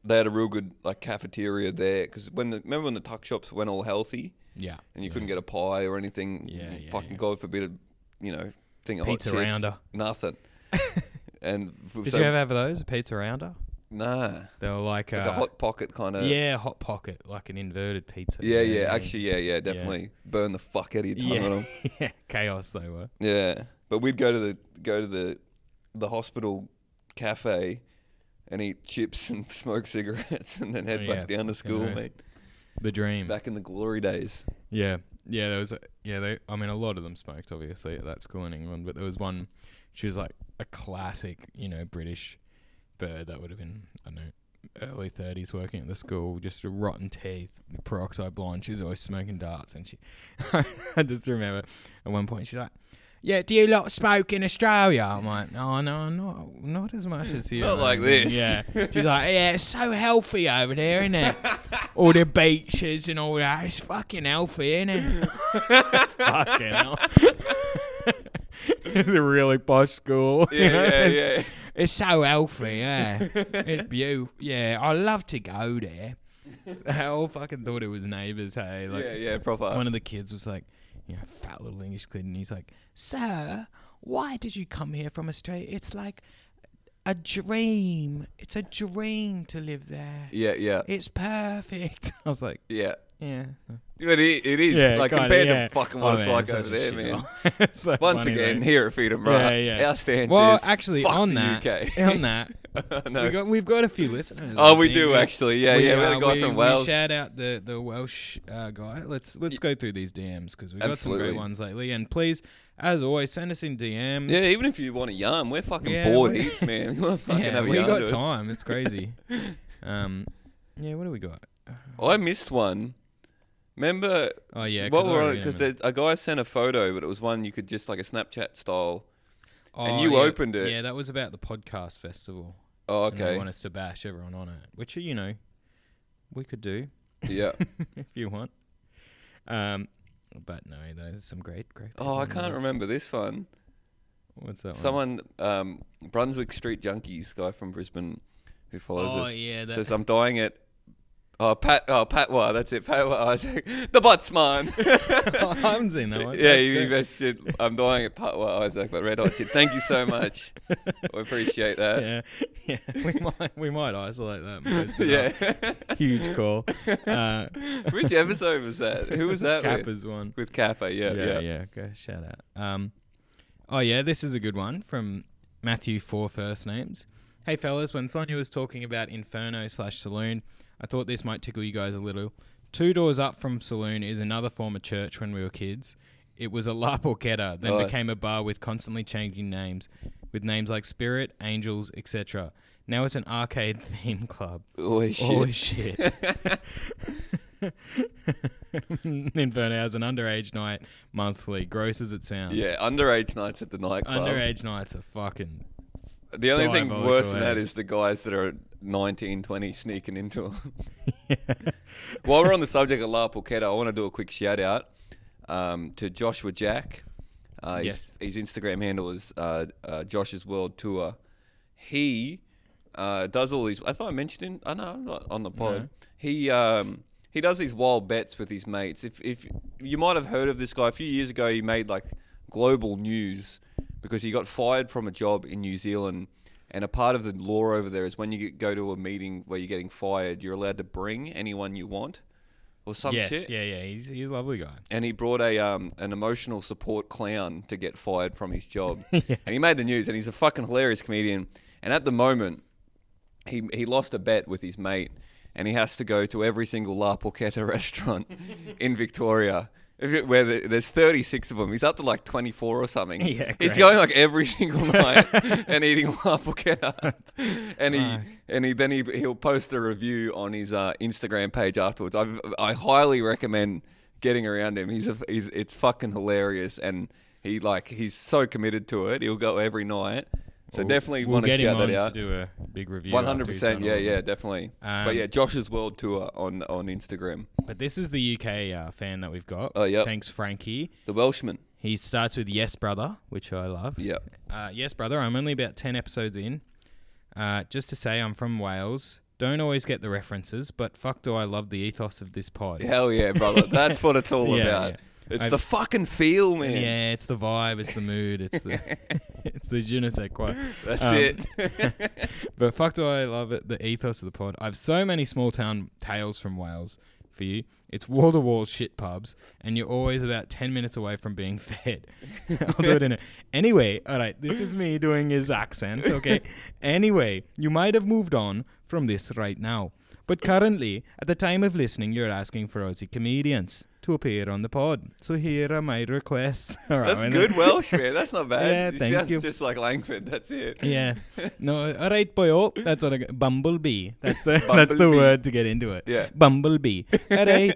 [SPEAKER 1] they had a real good like cafeteria there cuz when the, remember when the tuck shops went all healthy
[SPEAKER 2] yeah,
[SPEAKER 1] and you couldn't get a pie or anything
[SPEAKER 2] Yeah, yeah,
[SPEAKER 1] fucking
[SPEAKER 2] yeah.
[SPEAKER 1] god forbid a, you know thing of
[SPEAKER 2] Pizza
[SPEAKER 1] hot chips,
[SPEAKER 2] rounder. [laughs]
[SPEAKER 1] nothing. and
[SPEAKER 2] Did you ever have those a pizza rounder?
[SPEAKER 1] nah
[SPEAKER 2] They were like,
[SPEAKER 1] like
[SPEAKER 2] uh,
[SPEAKER 1] a hot pocket kind of
[SPEAKER 2] yeah, hot pocket, like an inverted pizza.
[SPEAKER 1] yeah,
[SPEAKER 2] you know what I mean?
[SPEAKER 1] actually yeah yeah definitely burn the fuck out of your tongue on 'em.
[SPEAKER 2] yeah, [laughs] yeah, chaos they were.
[SPEAKER 1] Yeah, but we'd go to the go to the the hospital cafe and eat chips and [laughs] smoke cigarettes and then head
[SPEAKER 2] Oh,
[SPEAKER 1] back
[SPEAKER 2] yeah,
[SPEAKER 1] down to
[SPEAKER 2] fucking
[SPEAKER 1] school,
[SPEAKER 2] oath.
[SPEAKER 1] mate.
[SPEAKER 2] The dream.
[SPEAKER 1] Back in the glory days.
[SPEAKER 2] Yeah, yeah. There was a, yeah. They, I mean, a lot of them smoked, obviously, at that school in England. But there was one. She was like a classic, you know, British bird that would have been, I don't know, early thirties, working at the school, just rotten teeth, peroxide blonde. She was always smoking darts, and she. [laughs] I just remember at one point she's like. Yeah, do you lot smoke in Australia? I'm like, no, no, not not as much as here.
[SPEAKER 1] Not like this.
[SPEAKER 2] Yeah, she's like, yeah, it's so healthy over there,
[SPEAKER 1] [laughs]
[SPEAKER 2] isn't it? all the beaches and all that. It's fucking healthy, isn't
[SPEAKER 1] [laughs]
[SPEAKER 2] it? fucking hell. [laughs] it's a really posh school. you
[SPEAKER 1] [laughs]
[SPEAKER 2] know? [laughs]
[SPEAKER 1] Yeah,
[SPEAKER 2] It's-
[SPEAKER 1] [laughs] yeah,
[SPEAKER 2] It's so healthy, yeah. it's beautiful. Yeah, I love to go there. [laughs] They all fucking thought it was neighbours, hey?
[SPEAKER 1] yeah,
[SPEAKER 2] Like,
[SPEAKER 1] yeah, yeah. Proper.
[SPEAKER 2] one of the kids was like, you know, fat little English kid, and he's like, "Sir, why did you come here from Australia? It's like a dream. It's a dream to live there.
[SPEAKER 1] yeah, yeah,
[SPEAKER 2] It's perfect." [laughs] I was like,
[SPEAKER 1] yeah.
[SPEAKER 2] "Yeah,
[SPEAKER 1] But it, it is like compared to fucking
[SPEAKER 2] Oh,
[SPEAKER 1] what it's like over there, Oh, [laughs] man. Once again, here at Freedom, right?
[SPEAKER 2] Yeah, yeah.
[SPEAKER 1] Our stance
[SPEAKER 2] Well,
[SPEAKER 1] is
[SPEAKER 2] actually,
[SPEAKER 1] fuck
[SPEAKER 2] on
[SPEAKER 1] the [laughs]
[SPEAKER 2] that,
[SPEAKER 1] UK.
[SPEAKER 2] on that,
[SPEAKER 1] no.
[SPEAKER 2] [laughs] we got, we've got a few listeners.
[SPEAKER 1] oh,
[SPEAKER 2] I
[SPEAKER 1] we
[SPEAKER 2] think.
[SPEAKER 1] do actually. Yeah, yeah. We had a
[SPEAKER 2] uh,
[SPEAKER 1] guy
[SPEAKER 2] we-
[SPEAKER 1] from
[SPEAKER 2] we
[SPEAKER 1] Wales.
[SPEAKER 2] Shout out the the Welsh uh, guy. Let's let's go through these DMs because we've got some
[SPEAKER 1] Absolutely.
[SPEAKER 2] great ones lately. And please, as always, send us in DMs.
[SPEAKER 1] Yeah, even if you want a yarn, we're fucking
[SPEAKER 2] Yeah,
[SPEAKER 1] bored
[SPEAKER 2] we-
[SPEAKER 1] heaps, man. [laughs] We're fucking
[SPEAKER 2] [laughs] yeah
[SPEAKER 1] have a
[SPEAKER 2] we
[SPEAKER 1] yarn
[SPEAKER 2] got
[SPEAKER 1] to us.
[SPEAKER 2] time.
[SPEAKER 1] [laughs]
[SPEAKER 2] It's crazy. um, yeah, what do we got?
[SPEAKER 1] I missed one. Remember?
[SPEAKER 2] Oh yeah,
[SPEAKER 1] what
[SPEAKER 2] I
[SPEAKER 1] were on
[SPEAKER 2] already
[SPEAKER 1] it? Because
[SPEAKER 2] know.
[SPEAKER 1] a guy sent a photo, but it was one you could just like a Snapchat style. and
[SPEAKER 2] Oh,
[SPEAKER 1] you
[SPEAKER 2] yeah,
[SPEAKER 1] opened it.
[SPEAKER 2] Yeah, that was about the podcast festival.
[SPEAKER 1] Oh,
[SPEAKER 2] and they
[SPEAKER 1] okay.
[SPEAKER 2] want us to bash everyone on it, which you know we could do [laughs]
[SPEAKER 1] Yeah.
[SPEAKER 2] if you want. Um, but no, there's some great, great. people
[SPEAKER 1] Oh, I
[SPEAKER 2] on the
[SPEAKER 1] can't
[SPEAKER 2] list.
[SPEAKER 1] remember this one.
[SPEAKER 2] What's that one?
[SPEAKER 1] Someone, um, Brunswick Street Junkies guy from Brisbane, who follows
[SPEAKER 2] Oh,
[SPEAKER 1] us,
[SPEAKER 2] yeah, that-
[SPEAKER 1] says I'm dying at. Oh Pat, oh Patwa, that's it. Patwa [laughs] Isaac, the
[SPEAKER 2] [laughs]
[SPEAKER 1] Botsman.
[SPEAKER 2] [laughs]
[SPEAKER 1] [laughs]
[SPEAKER 2] I haven't seen that one.
[SPEAKER 1] yeah,
[SPEAKER 2] That's
[SPEAKER 1] you
[SPEAKER 2] good.
[SPEAKER 1] best shit. I'm dying at Patwa Isaac, but Red Hot shit. Thank you so
[SPEAKER 2] [laughs]
[SPEAKER 1] much. I appreciate that.
[SPEAKER 2] yeah, yeah. We might we might isolate that. and post it
[SPEAKER 1] [laughs] Yeah.
[SPEAKER 2] up.
[SPEAKER 1] [laughs]
[SPEAKER 2] huge call. Uh,
[SPEAKER 1] Which episode was that? Who was that with?
[SPEAKER 2] Kappa's one.
[SPEAKER 1] With Kappa, yeah, yeah.
[SPEAKER 2] yeah, yeah. Go shout out. Um, oh yeah, this is a good one from Matthew for first names. Hey fellas, when Sonia was talking about Inferno slash Saloon, I thought this might tickle you guys a little. Two doors up from Saloon is another former church when we were kids. It was a La Porchetta, then
[SPEAKER 1] Right.
[SPEAKER 2] became a bar with constantly changing names, with names like Spirit, Angels, etc. Now it's an arcade [laughs] theme club.
[SPEAKER 1] Holy shit.
[SPEAKER 2] Holy shit. [laughs] Inferno has an underage night monthly. Gross as it sounds.
[SPEAKER 1] Yeah, underage nights at the nightclub.
[SPEAKER 2] Underage nights are fucking.
[SPEAKER 1] The only thing
[SPEAKER 2] Diabolical,
[SPEAKER 1] worse than
[SPEAKER 2] eh?
[SPEAKER 1] that is the guys that are 19, 20 sneaking into
[SPEAKER 2] [laughs]
[SPEAKER 1] them. While we're on the subject of La Porchetta, I want to do a quick shout out um, to Joshua Jack. Uh, his, his Instagram handle is uh, uh, Josh's World Tour. He uh, does all these. If I mentioned him, I know I'm not on the pod.
[SPEAKER 2] No.
[SPEAKER 1] He um, he does these wild bets with his mates. If if you might have heard of this guy a few years ago, he made like global news because he got fired from a job in New Zealand. And a part of the law over there is when you get- go to a meeting where you're getting fired, you're allowed to bring anyone you want, or some
[SPEAKER 2] yes,
[SPEAKER 1] Oh, shit.
[SPEAKER 2] yeah, yeah. He's, he's a lovely guy.
[SPEAKER 1] And he brought a um, an emotional support clown to get fired from his job. And he made the news. And he's a fucking hilarious comedian. And at the moment, he he lost a bet with his mate, and he has to go to every single La Porchetta [laughs]
[SPEAKER 2] [laughs]
[SPEAKER 1] restaurant in Victoria. if it- Where the, there's 36 of them, he's up to like 24 or something.
[SPEAKER 2] Yeah,
[SPEAKER 1] he's
[SPEAKER 2] great.
[SPEAKER 1] going like every
[SPEAKER 2] [laughs]
[SPEAKER 1] single night and eating La Porchetta, and he and he then he he'll post a review on his uh, Instagram page afterwards. I I highly recommend getting around him. He's a, he's it's fucking hilarious, and he like he's so committed to it. He'll go every night. So
[SPEAKER 2] We'll-
[SPEAKER 1] definitely
[SPEAKER 2] we'll
[SPEAKER 1] want to
[SPEAKER 2] get
[SPEAKER 1] shout
[SPEAKER 2] him on
[SPEAKER 1] that out.
[SPEAKER 2] to do a big review.
[SPEAKER 1] One
[SPEAKER 2] after
[SPEAKER 1] hundred
[SPEAKER 2] he's
[SPEAKER 1] percent,
[SPEAKER 2] done
[SPEAKER 1] yeah,
[SPEAKER 2] all of
[SPEAKER 1] yeah,
[SPEAKER 2] them.
[SPEAKER 1] definitely. but
[SPEAKER 2] Um,
[SPEAKER 1] yeah, Josh's World Tour on on Instagram.
[SPEAKER 2] But this is the UK uh, fan that we've got.
[SPEAKER 1] Oh, yep.
[SPEAKER 2] Thanks, Frankie.
[SPEAKER 1] The Welshman.
[SPEAKER 2] He starts with Yes, Brother, which I love.
[SPEAKER 1] Yeah.
[SPEAKER 2] Uh, yes, brother. I'm only about 10 episodes in. Uh, just to say, I'm from Wales. Don't always get the references, but fuck do I love the ethos of this pod.
[SPEAKER 1] Hell yeah, brother. That's what it's all
[SPEAKER 2] [laughs] Yeah,
[SPEAKER 1] about.
[SPEAKER 2] yeah.
[SPEAKER 1] It's
[SPEAKER 2] I've-
[SPEAKER 1] the fucking feel, man.
[SPEAKER 2] Yeah, it's the vibe, it's the mood, it's the
[SPEAKER 1] [laughs]
[SPEAKER 2] [laughs] it's the je ne sais quoi.
[SPEAKER 1] That's
[SPEAKER 2] Um,
[SPEAKER 1] it.
[SPEAKER 2] But fuck do I love it, the ethos of the pod. I've so many small town tales from Wales for you. It's wall to wall shit pubs, and you're always about 10 minutes away from being [laughs] fed. I'll do it in a. Anyway, all right, this is me doing his
[SPEAKER 1] [laughs]
[SPEAKER 2] accent, okay? anyway, you might have moved on from this right now. But currently, at the time of listening, you're asking for Aussie comedians to appear on the pod. So here are my requests. [laughs] All right,
[SPEAKER 1] That's
[SPEAKER 2] and-
[SPEAKER 1] good Welsh,
[SPEAKER 2] [laughs]
[SPEAKER 1] man. That's not bad.
[SPEAKER 2] Yeah, thank
[SPEAKER 1] sound
[SPEAKER 2] you.
[SPEAKER 1] Just like Langford. That's it. [laughs]
[SPEAKER 2] Yeah. No, all right, boyo. That's what I got. Bumblebee. That's
[SPEAKER 1] [laughs]
[SPEAKER 2] the that's the
[SPEAKER 1] Bumblebee.
[SPEAKER 2] word to get into it.
[SPEAKER 1] Yeah.
[SPEAKER 2] Bumblebee. All
[SPEAKER 1] [laughs]
[SPEAKER 2] right.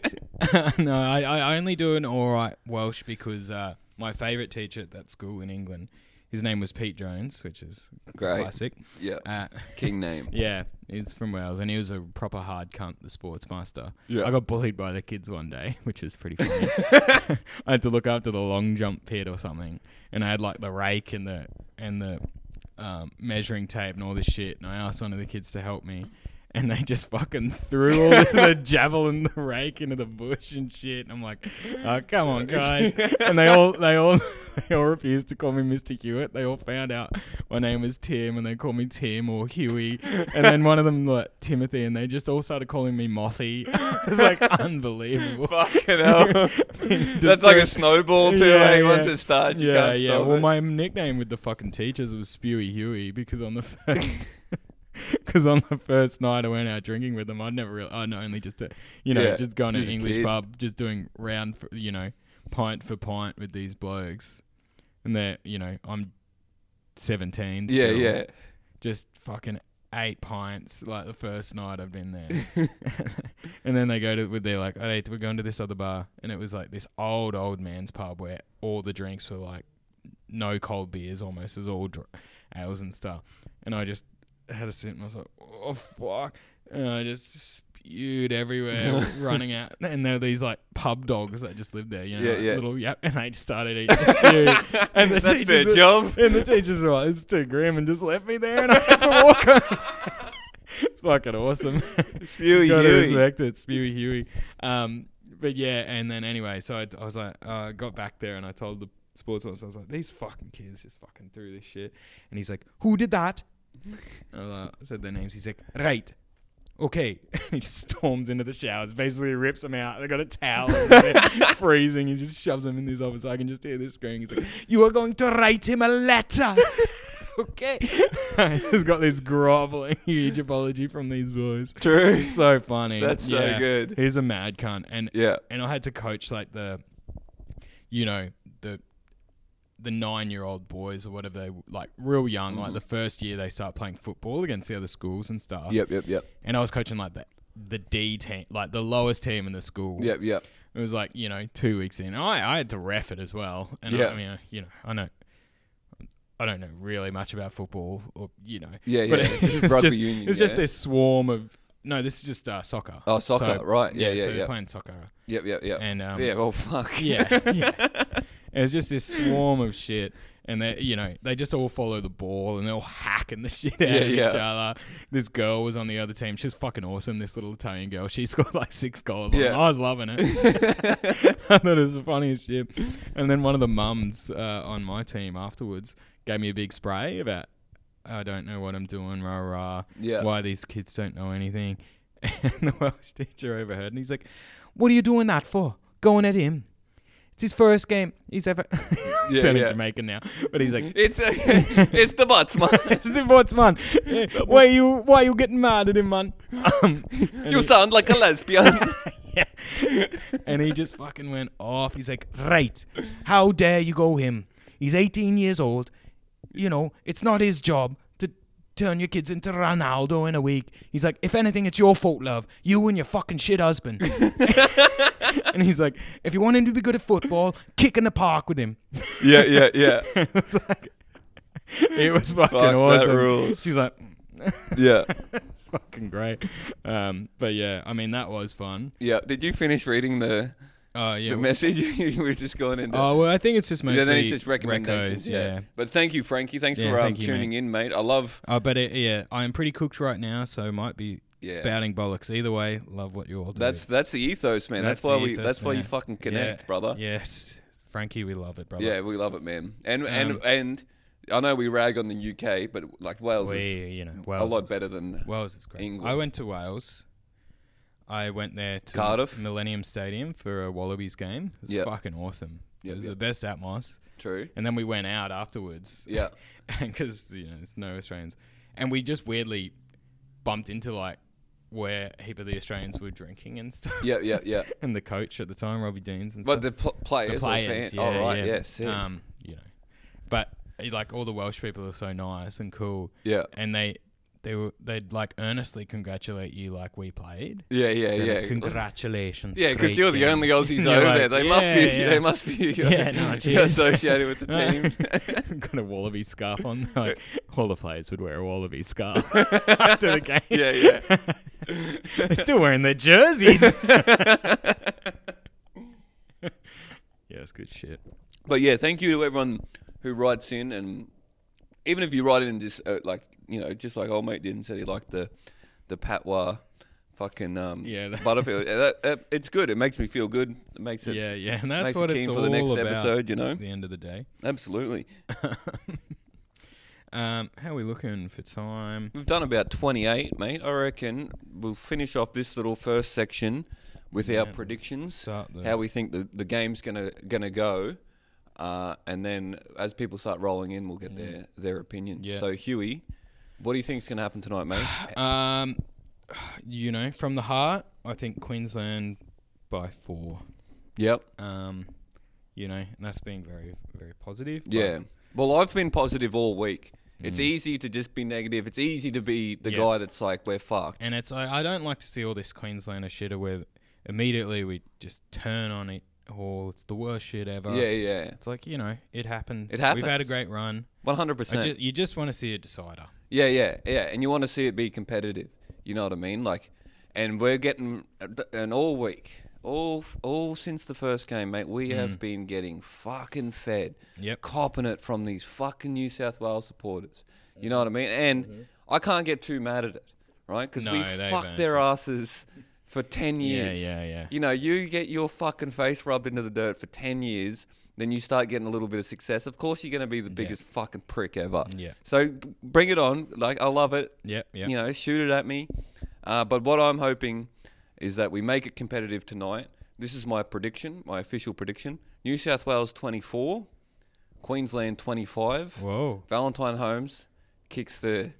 [SPEAKER 2] [laughs] no, I, I only do an all right Welsh because uh, my favourite teacher at that school in England, his name was Pete Jones, which is
[SPEAKER 1] Great.
[SPEAKER 2] classic.
[SPEAKER 1] Yeah.
[SPEAKER 2] Uh,
[SPEAKER 1] King name.
[SPEAKER 2] [laughs]
[SPEAKER 1] [laughs]
[SPEAKER 2] yeah, he's from Wales, and he was a proper hard cunt, the sports master.
[SPEAKER 1] Yeah.
[SPEAKER 2] I got bullied by the kids one day, [laughs] which was pretty funny. I had to look after the long jump pit or something, and I had like the rake and the and the um, measuring tape and all this shit. And I asked one of the kids to help me, and they just fucking threw all the, the javelin, the rake into the bush and shit. And I'm like, oh come on, guys! and they all they all [laughs] they all refused to call me Mr. Hewitt. They all found out my name was Tim, and they called me Tim or Huey. And then one of them like Timothy, and they just all started calling me Mothy. [laughs]
[SPEAKER 1] [laughs]
[SPEAKER 2] it's like unbelievable.
[SPEAKER 1] Fucking
[SPEAKER 2] [laughs]
[SPEAKER 1] hell. That's like a snowball too.
[SPEAKER 2] Yeah,
[SPEAKER 1] eh?
[SPEAKER 2] yeah.
[SPEAKER 1] Once it starts, you
[SPEAKER 2] yeah,
[SPEAKER 1] can't
[SPEAKER 2] yeah.
[SPEAKER 1] stop
[SPEAKER 2] Well,
[SPEAKER 1] it.
[SPEAKER 2] my nickname with the fucking teachers was Spewy Huey because on the first, [laughs] because on the first night I went out drinking with them, I'd never really, I'd only just, uh, you know,
[SPEAKER 1] Yeah,
[SPEAKER 2] just gone to an
[SPEAKER 1] just a
[SPEAKER 2] English
[SPEAKER 1] kid.
[SPEAKER 2] pub, just doing round, for, you know, pint for pint with these blokes, and they're, you know, I'm seventeen.
[SPEAKER 1] yeah,
[SPEAKER 2] still,
[SPEAKER 1] yeah.
[SPEAKER 2] Just fucking eight pints like the first night I've been
[SPEAKER 1] [laughs]
[SPEAKER 2] there. [laughs] and then they go to with they're like, all right, we're going to this other bar, and it was like this old old man's pub where all the drinks were like no cold beers, almost it was all dr- ales and stuff. And I just had a sip and I was like, oh fuck, and I just.
[SPEAKER 1] [laughs]
[SPEAKER 2] spewed everywhere, running out. And there were these like pub dogs that just lived there, you know,
[SPEAKER 1] Yeah,
[SPEAKER 2] like,
[SPEAKER 1] yeah.
[SPEAKER 2] little yap, and they just started eating the spew.
[SPEAKER 1] [laughs]
[SPEAKER 2] and [laughs] the
[SPEAKER 1] That's their
[SPEAKER 2] teachers were-
[SPEAKER 1] job.
[SPEAKER 2] And the teachers were like, "It's too grim," and just left me there, and I had to walk home. [laughs] it's fucking awesome. [laughs]
[SPEAKER 1] Spewy
[SPEAKER 2] Gotta
[SPEAKER 1] Huey.
[SPEAKER 2] respect it, Spewy Huey. Um, but yeah, and then anyway, so I, I was like, uh, got back there and I told the sports boss, I was like, these fucking kids just fucking threw this shit. And he's like, who did that? I was like- I said their names. He's like, right. Okay. [laughs] And he storms into the showers, basically rips them out. They got a towel, over there, freezing. He just shoves them in this office. I can just hear this screaming. He's like, you are going to write him a letter. [laughs] okay. [laughs] I just got this groveling huge apology from these boys.
[SPEAKER 1] True.
[SPEAKER 2] It's so
[SPEAKER 1] [laughs]
[SPEAKER 2] funny.
[SPEAKER 1] That's so
[SPEAKER 2] Yeah.
[SPEAKER 1] good.
[SPEAKER 2] He's a mad cunt, and
[SPEAKER 1] Yeah.
[SPEAKER 2] and I had to coach like the, you know the, the nine year old boys or whatever they like real young
[SPEAKER 1] Mm-hmm.
[SPEAKER 2] like the first year they start playing football against the other schools and stuff.
[SPEAKER 1] Yep, yep, yep.
[SPEAKER 2] And I was coaching like the the D team like the lowest team in the school.
[SPEAKER 1] Yep, yep.
[SPEAKER 2] It was like you know two weeks in. I I had to ref it as well, and
[SPEAKER 1] Yeah.
[SPEAKER 2] I, I mean I- you know I know. I don't know really much about football, or you know,
[SPEAKER 1] Yeah, yeah.
[SPEAKER 2] but
[SPEAKER 1] This is
[SPEAKER 2] it's
[SPEAKER 1] rugby
[SPEAKER 2] just,
[SPEAKER 1] union,
[SPEAKER 2] It's just
[SPEAKER 1] yeah.
[SPEAKER 2] this swarm of no. This is just uh, soccer.
[SPEAKER 1] Oh, soccer, right. Yeah, yeah,
[SPEAKER 2] so
[SPEAKER 1] yeah.
[SPEAKER 2] They're playing soccer,
[SPEAKER 1] Yep, yep, yep.
[SPEAKER 2] and um,
[SPEAKER 1] yeah, well, fuck.
[SPEAKER 2] yeah, yeah. It's just this swarm of shit, and they, you know, they just all follow the ball and they're all hacking the [laughs] shit out
[SPEAKER 1] Yeah,
[SPEAKER 2] of
[SPEAKER 1] yeah.
[SPEAKER 2] each other. This girl was on the other team. She was fucking awesome. This little Italian girl. She [laughs] scored like six goals.
[SPEAKER 1] Yeah.
[SPEAKER 2] Yeah. I was loving it.
[SPEAKER 1] [laughs]
[SPEAKER 2] I thought it was the funniest shit. And then one of the mums uh, on my team afterwards gave me a big spray about I don't know what I'm doing, rah rah.
[SPEAKER 1] Yeah.
[SPEAKER 2] Why these kids don't know anything. [laughs] And the Welsh teacher overheard and he's like, What are you doing that for? Going at him. It's his first game he's ever [laughs]
[SPEAKER 1] Yeah,
[SPEAKER 2] yeah, sounding
[SPEAKER 1] yeah.
[SPEAKER 2] Jamaican now. But he's
[SPEAKER 1] [laughs]
[SPEAKER 2] [laughs] like
[SPEAKER 1] [laughs] It's uh, it's the butts, man.
[SPEAKER 2] [laughs] "This is what's man. Why you why you getting mad at him, man? Um, and
[SPEAKER 1] You
[SPEAKER 2] he-
[SPEAKER 1] sound like a lesbian.
[SPEAKER 2] [laughs] yeah. and he just fucking went off. He's like, right, how dare you go him? He's 18 years old. You know, it's not his job to turn your kids into Ronaldo in a week. He's like, if anything, it's your fault, love. You and your fucking shit husband. [laughs] and he's like, if you want him to be good at football, kick in the park with him. [laughs]
[SPEAKER 1] yeah, yeah, yeah,
[SPEAKER 2] It's like- it was fucking
[SPEAKER 1] Fuck, that
[SPEAKER 2] awesome.
[SPEAKER 1] rules.
[SPEAKER 2] She's like, "Mm,
[SPEAKER 1] yeah,
[SPEAKER 2] fucking great. Um, but yeah, I mean, that was fun.
[SPEAKER 1] yeah. Did you finish reading the
[SPEAKER 2] Uh, yeah,
[SPEAKER 1] the
[SPEAKER 2] we-
[SPEAKER 1] message? [laughs] you were just going into.
[SPEAKER 2] Oh well, I think it's just mostly
[SPEAKER 1] yeah, then it's just recommendations.
[SPEAKER 2] recos,
[SPEAKER 1] yeah.
[SPEAKER 2] yeah.
[SPEAKER 1] But thank you, Frankie. Thanks
[SPEAKER 2] Yeah,
[SPEAKER 1] for um,
[SPEAKER 2] thank you,
[SPEAKER 1] tuning in, mate. I love.
[SPEAKER 2] Oh, but it, yeah, I'm pretty cooked right now, so might be
[SPEAKER 1] Yeah.
[SPEAKER 2] spouting bollocks. Either way, love what you all do.
[SPEAKER 1] That's that's the ethos, man. That's,
[SPEAKER 2] That's the
[SPEAKER 1] why we.
[SPEAKER 2] ethos,
[SPEAKER 1] that's why you
[SPEAKER 2] man.
[SPEAKER 1] fucking
[SPEAKER 2] Yeah.
[SPEAKER 1] connect, brother.
[SPEAKER 2] Yes, Frankie, we love it, brother.
[SPEAKER 1] Yeah, we love it, man. And
[SPEAKER 2] Um,
[SPEAKER 1] and and I know we rag on the UK, but like Wales
[SPEAKER 2] we,
[SPEAKER 1] is
[SPEAKER 2] you know,
[SPEAKER 1] a
[SPEAKER 2] Wales,
[SPEAKER 1] lot
[SPEAKER 2] is,
[SPEAKER 1] better than.
[SPEAKER 2] Wales is great.
[SPEAKER 1] England.
[SPEAKER 2] I went to Wales. I went there to
[SPEAKER 1] Cardiff?
[SPEAKER 2] Millennium Stadium for a Wallabies game. It was
[SPEAKER 1] Yep.
[SPEAKER 2] fucking awesome.
[SPEAKER 1] Yep,
[SPEAKER 2] it was
[SPEAKER 1] yep.
[SPEAKER 2] the best atmos.
[SPEAKER 1] True.
[SPEAKER 2] And then we went out afterwards. [laughs]
[SPEAKER 1] Yeah.
[SPEAKER 2] because you know it's no Australians, and we just weirdly bumped into like where a heap of the Australians were drinking and stuff.
[SPEAKER 1] Yeah, yeah, yeah.
[SPEAKER 2] [laughs] and the coach at the time, Robbie Deans, and
[SPEAKER 1] But
[SPEAKER 2] stuff.
[SPEAKER 1] the pl- players, or
[SPEAKER 2] players,
[SPEAKER 1] fans-
[SPEAKER 2] yeah,
[SPEAKER 1] oh, right,
[SPEAKER 2] yeah.
[SPEAKER 1] yes, yeah.
[SPEAKER 2] um, you know, but eh, like all the Welsh people are so nice and cool,
[SPEAKER 1] yeah,
[SPEAKER 2] and they they were they'd like earnestly congratulate you like we played.
[SPEAKER 1] yeah, yeah,
[SPEAKER 2] They're
[SPEAKER 1] yeah.
[SPEAKER 2] like, Congratulations.
[SPEAKER 1] yeah, because
[SPEAKER 2] great
[SPEAKER 1] you're the
[SPEAKER 2] game."
[SPEAKER 1] only Aussies
[SPEAKER 2] You're
[SPEAKER 1] over
[SPEAKER 2] like,
[SPEAKER 1] there. They must be.
[SPEAKER 2] "Yeah,
[SPEAKER 1] They
[SPEAKER 2] yeah."
[SPEAKER 1] must be.
[SPEAKER 2] [laughs] Yeah,
[SPEAKER 1] [laughs]
[SPEAKER 2] no,
[SPEAKER 1] you're
[SPEAKER 2] cheers.
[SPEAKER 1] associated
[SPEAKER 2] [laughs]
[SPEAKER 1] with the team.
[SPEAKER 2] Got a wallaby scarf
[SPEAKER 1] [laughs]
[SPEAKER 2] on. Like all the players would wear a wallaby scarf after the game.
[SPEAKER 1] yeah, yeah.
[SPEAKER 2] [laughs] They're still wearing
[SPEAKER 1] [laughs]
[SPEAKER 2] their jerseys. [laughs] yeah, it's good shit.
[SPEAKER 1] But yeah, thank you to everyone who writes in, and even if you write in just uh, like you know, just like old mate did and said he liked the the patois fucking um,
[SPEAKER 2] Yeah, that-
[SPEAKER 1] Butterfield. Yeah, that, that, it's good. It makes me feel good. It makes it
[SPEAKER 2] yeah, yeah, and that's
[SPEAKER 1] makes
[SPEAKER 2] what
[SPEAKER 1] it
[SPEAKER 2] it's
[SPEAKER 1] keen for
[SPEAKER 2] all
[SPEAKER 1] the next
[SPEAKER 2] about.
[SPEAKER 1] episode. You know,
[SPEAKER 2] At the end of the day,
[SPEAKER 1] absolutely.
[SPEAKER 2] um, how are we looking for time?
[SPEAKER 1] We've done about 28, mate. I reckon we'll finish off this little first section with our
[SPEAKER 2] Yeah.
[SPEAKER 1] predictions,
[SPEAKER 2] Start the-
[SPEAKER 1] how we think the, the game's gonna gonna go, uh, and then as people start rolling in, we'll get their their opinions.
[SPEAKER 2] Yeah.
[SPEAKER 1] So, Huey, what do you think's gonna happen tonight,
[SPEAKER 2] [sighs]
[SPEAKER 1] mate?
[SPEAKER 2] Um, you know, from the heart, I think Queensland by four.
[SPEAKER 1] yep.
[SPEAKER 2] Um, you know, and that's being very, very positive. but-
[SPEAKER 1] Yeah. Well, I've been positive all week. It's easy to just be negative. It's easy to be the
[SPEAKER 2] Mm. Yeah.
[SPEAKER 1] guy that's like, we're fucked.
[SPEAKER 2] And it's I, I don't like to see all this Queenslander shitter where immediately we just turn on it. all. it's the worst shit ever.
[SPEAKER 1] yeah, yeah,
[SPEAKER 2] It's like you know, it happens.
[SPEAKER 1] It happens.
[SPEAKER 2] We've had a great run.
[SPEAKER 1] one hundred
[SPEAKER 2] I
[SPEAKER 1] percent.
[SPEAKER 2] ju- you just want to see a decider.
[SPEAKER 1] Yeah, yeah, yeah. And you want to see it be competitive. You know what I mean? Like, and we're getting uh, and all week, all all since the first game, mate, we have been getting fucking fed,
[SPEAKER 2] Mm. Yep.
[SPEAKER 1] copping it from these fucking New South Wales supporters. You know what I mean? And I can't get too mad at it, right? Because we
[SPEAKER 2] Mm-hmm. No, they've
[SPEAKER 1] fucked
[SPEAKER 2] earned
[SPEAKER 1] their
[SPEAKER 2] it.
[SPEAKER 1] asses for ten years.
[SPEAKER 2] yeah, yeah.
[SPEAKER 1] You know, you get your fucking face rubbed into the dirt for ten years. Then you start getting a little bit of success. Of course, you're going to be the biggest fucking prick ever.
[SPEAKER 2] Yeah.
[SPEAKER 1] So b- bring it on. Like I love it
[SPEAKER 2] Yep, yep.
[SPEAKER 1] you know, shoot it at me. Uh, but what I'm hoping is that we make it competitive tonight. This is my prediction, my official prediction. New South Wales 24, Queensland 25.
[SPEAKER 2] Whoa.
[SPEAKER 1] Valentine Holmes kicks the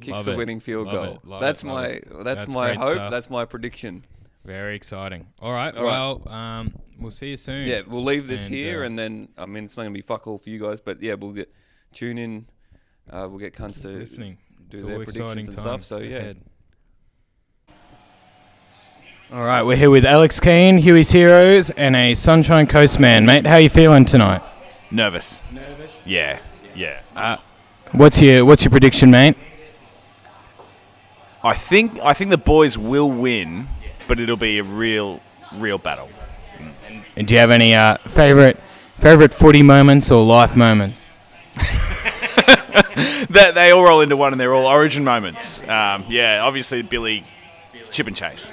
[SPEAKER 1] kicks
[SPEAKER 2] Love
[SPEAKER 1] the
[SPEAKER 2] it.
[SPEAKER 1] winning field
[SPEAKER 2] Love
[SPEAKER 1] goal.
[SPEAKER 2] it. Love
[SPEAKER 1] that's
[SPEAKER 2] it. Love
[SPEAKER 1] my
[SPEAKER 2] it.
[SPEAKER 1] that's,
[SPEAKER 2] That's
[SPEAKER 1] my
[SPEAKER 2] great
[SPEAKER 1] hope.
[SPEAKER 2] stuff.
[SPEAKER 1] That's my prediction.
[SPEAKER 2] Very exciting. All right.
[SPEAKER 1] All right.
[SPEAKER 2] well, um, we'll see you soon.
[SPEAKER 1] Yeah, we'll leave this
[SPEAKER 2] And,
[SPEAKER 1] here,
[SPEAKER 2] uh,
[SPEAKER 1] and then I mean it's not gonna be fuck all for you guys, but yeah, we'll get tune in. Uh, we'll get cunts to
[SPEAKER 2] listening.
[SPEAKER 1] do
[SPEAKER 2] it's
[SPEAKER 1] their
[SPEAKER 2] all
[SPEAKER 1] predictions
[SPEAKER 2] exciting
[SPEAKER 1] and
[SPEAKER 2] times
[SPEAKER 1] stuff. So yeah,
[SPEAKER 2] ahead. All right, we're here with Alex Keane, Huey's Heroes, and a Sunshine Coast man, mate. How you feeling tonight?
[SPEAKER 3] Nervous. Nervous. Yeah. Yeah. Uh,
[SPEAKER 2] What's your What's your prediction, mate?
[SPEAKER 3] I think I think the boys will win, but it'll be a real, real battle. [laughs]
[SPEAKER 2] And do you have any uh, favorite favorite footy moments or life moments?
[SPEAKER 3] That they all roll into one, and they're all origin moments. Um, yeah. Obviously, Billy, it's chip and chase.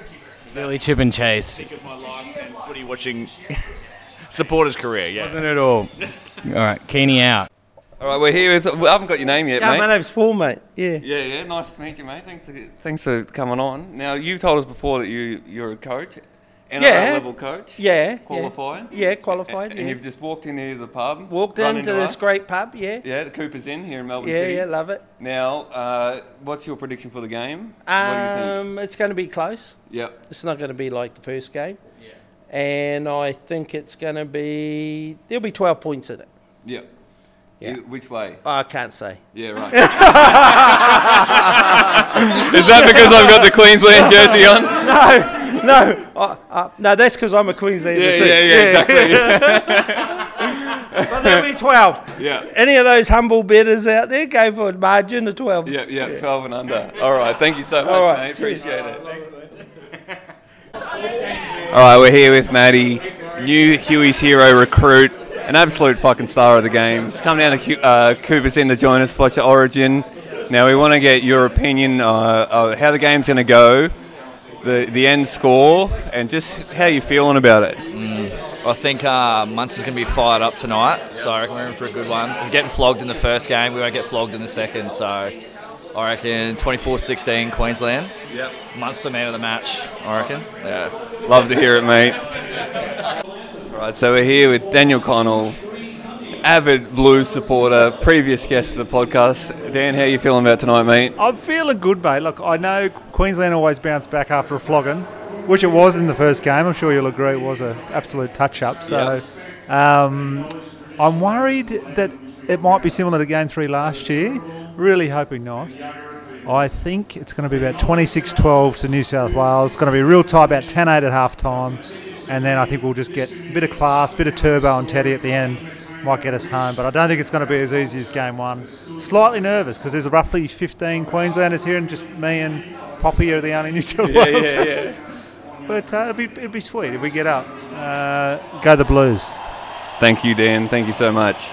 [SPEAKER 2] Billy Chip and Chase.
[SPEAKER 3] My life and footy watching [laughs] supporters' career. Yeah.
[SPEAKER 2] Wasn't it all? all right, Keane out.
[SPEAKER 1] All right, we're here with. I haven't got your name yet,
[SPEAKER 4] Yeah,
[SPEAKER 1] mate.
[SPEAKER 4] my name's Paul, mate. Yeah.
[SPEAKER 1] Yeah, yeah, nice to meet you, mate. Thanks for thanks for coming on. Now you told us before that you you're a coach, NRL
[SPEAKER 4] Yeah.
[SPEAKER 1] level coach.
[SPEAKER 4] Yeah.
[SPEAKER 1] qualified.
[SPEAKER 4] Yeah, qualified.
[SPEAKER 1] And
[SPEAKER 4] yeah.
[SPEAKER 1] you've just walked into the pub.
[SPEAKER 4] Walked
[SPEAKER 1] run
[SPEAKER 4] into
[SPEAKER 1] into
[SPEAKER 4] this
[SPEAKER 1] us.
[SPEAKER 4] great pub, yeah.
[SPEAKER 1] Yeah, the Cooper's Inn here in Melbourne
[SPEAKER 4] Yeah,
[SPEAKER 1] City.
[SPEAKER 4] yeah, love it.
[SPEAKER 1] Now, uh, what's your prediction for the game? what do you think?
[SPEAKER 4] Um, it's going to be close.
[SPEAKER 1] Yep.
[SPEAKER 4] It's not going to be like the first game. Yeah. And I think it's going to be, there'll be 12 points in it.
[SPEAKER 1] Yep.
[SPEAKER 4] Yeah.
[SPEAKER 1] You- Which way?
[SPEAKER 4] Oh, I can't say.
[SPEAKER 1] Yeah, [laughs] right. Is that because I've got the Queensland jersey on?
[SPEAKER 4] No, [laughs] no, uh, uh, no, that's because I'm a Queenslander.
[SPEAKER 1] Yeah,
[SPEAKER 4] too.
[SPEAKER 1] yeah, yeah, [laughs] exactly.
[SPEAKER 4] But there'll be 12.
[SPEAKER 1] yeah.
[SPEAKER 4] Any of those humble betters out there, go for a margin of 12.
[SPEAKER 1] Yeah, yeah, 12 and under. All right, thank you so much,
[SPEAKER 4] All right,
[SPEAKER 1] mate.
[SPEAKER 4] cheers.
[SPEAKER 1] Appreciate it. [laughs] All right, we're here with Maddie, new Huey's hero recruit, an absolute fucking star of the game. He's come down to Hu- uh, Cooper's Inn to join us, watch Origin. Now, we want to get your opinion uh, of how the game's going to go, the, the end score, and just how you feeling about it.
[SPEAKER 5] I think uh, Munster's going to be fired up tonight, so I reckon we're in for a good one. We're getting flogged in the first game, we won't get flogged in the second, so I reckon 24 16 Queensland. Yep. Munster man of the match, I reckon. Yeah.
[SPEAKER 1] Love to hear it, mate. All right, so we're here with Daniel Connell, avid Blues supporter, previous guest of the podcast. Dan, how you feeling about tonight, mate?
[SPEAKER 6] I'm feeling good, mate. Look, I know Queensland always bounce back after a flogging, which it was in the first game. I'm sure you'll agree it was an absolute touch up. So um, I'm worried that it might be similar to game three last year. Really hoping not. I think it's going to be about 26 12 to New South Wales. It's going to be real tight, about 10 8 at half time. And then I think we'll just get a bit of class, bit of turbo and Teddy at the end. Might get us home, but I don't think it's going to be as easy as game one. Slightly nervous because there's roughly 15 Queenslanders here, and just me and Poppy are the only New South Wales fans. But uh, it'd, be, it'd be sweet if we get up. Uh, go the Blues.
[SPEAKER 1] Thank you, Dan. Thank you so much.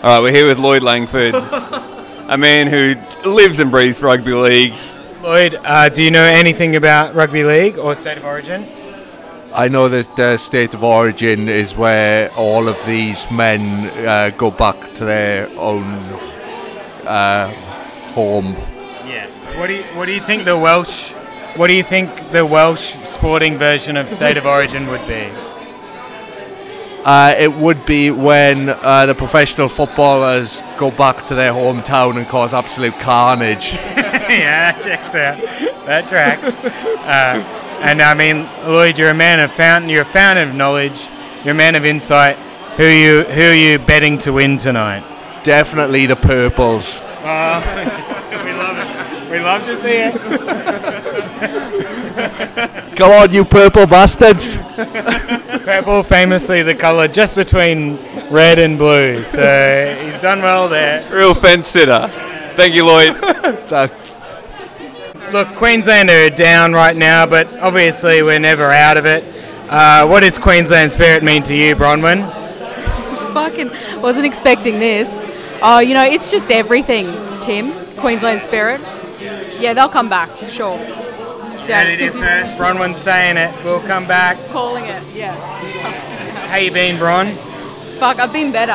[SPEAKER 1] All right, we're here with Lloyd Langford, a man who lives and breathes rugby league.
[SPEAKER 2] Lloyd, uh, do you know anything about rugby league or state of origin?
[SPEAKER 7] I know that uh, state of origin is where all of these men uh, go back to their own uh, home.
[SPEAKER 2] Yeah. What do you What do you think the Welsh What do you think the Welsh sporting version of state of origin would be?
[SPEAKER 7] Uh, it would be when uh, the professional footballers go back to their hometown and cause absolute carnage.
[SPEAKER 2] [laughs] yeah, that checks out. That tracks. Uh, and I mean, Lloyd, you're a man of fountain. You're a fountain of knowledge. You're a man of insight. Who you Who are you betting to win tonight?
[SPEAKER 7] Definitely the purples.
[SPEAKER 2] We love it. We love to see it.
[SPEAKER 7] Come on, you purple bastards!
[SPEAKER 2] Purple, famously the colour just between red and blue. So he's done well there.
[SPEAKER 1] Real fence sitter. Thank you, Lloyd.
[SPEAKER 7] Thanks.
[SPEAKER 2] Look, Queensland are down right now, but obviously we're never out of it. Uh, what does Queensland spirit mean to you, Bronwyn?
[SPEAKER 8] Fucking wasn't expecting this. Oh, you know, it's just everything, Tim. Queensland spirit. Yeah, they'll come back, sure. Down
[SPEAKER 2] Ready to
[SPEAKER 8] 50
[SPEAKER 2] first. Bronwyn's saying it. We'll come back.
[SPEAKER 8] Calling it, yeah.
[SPEAKER 2] How you been, Bron?
[SPEAKER 8] Fuck, I've been better.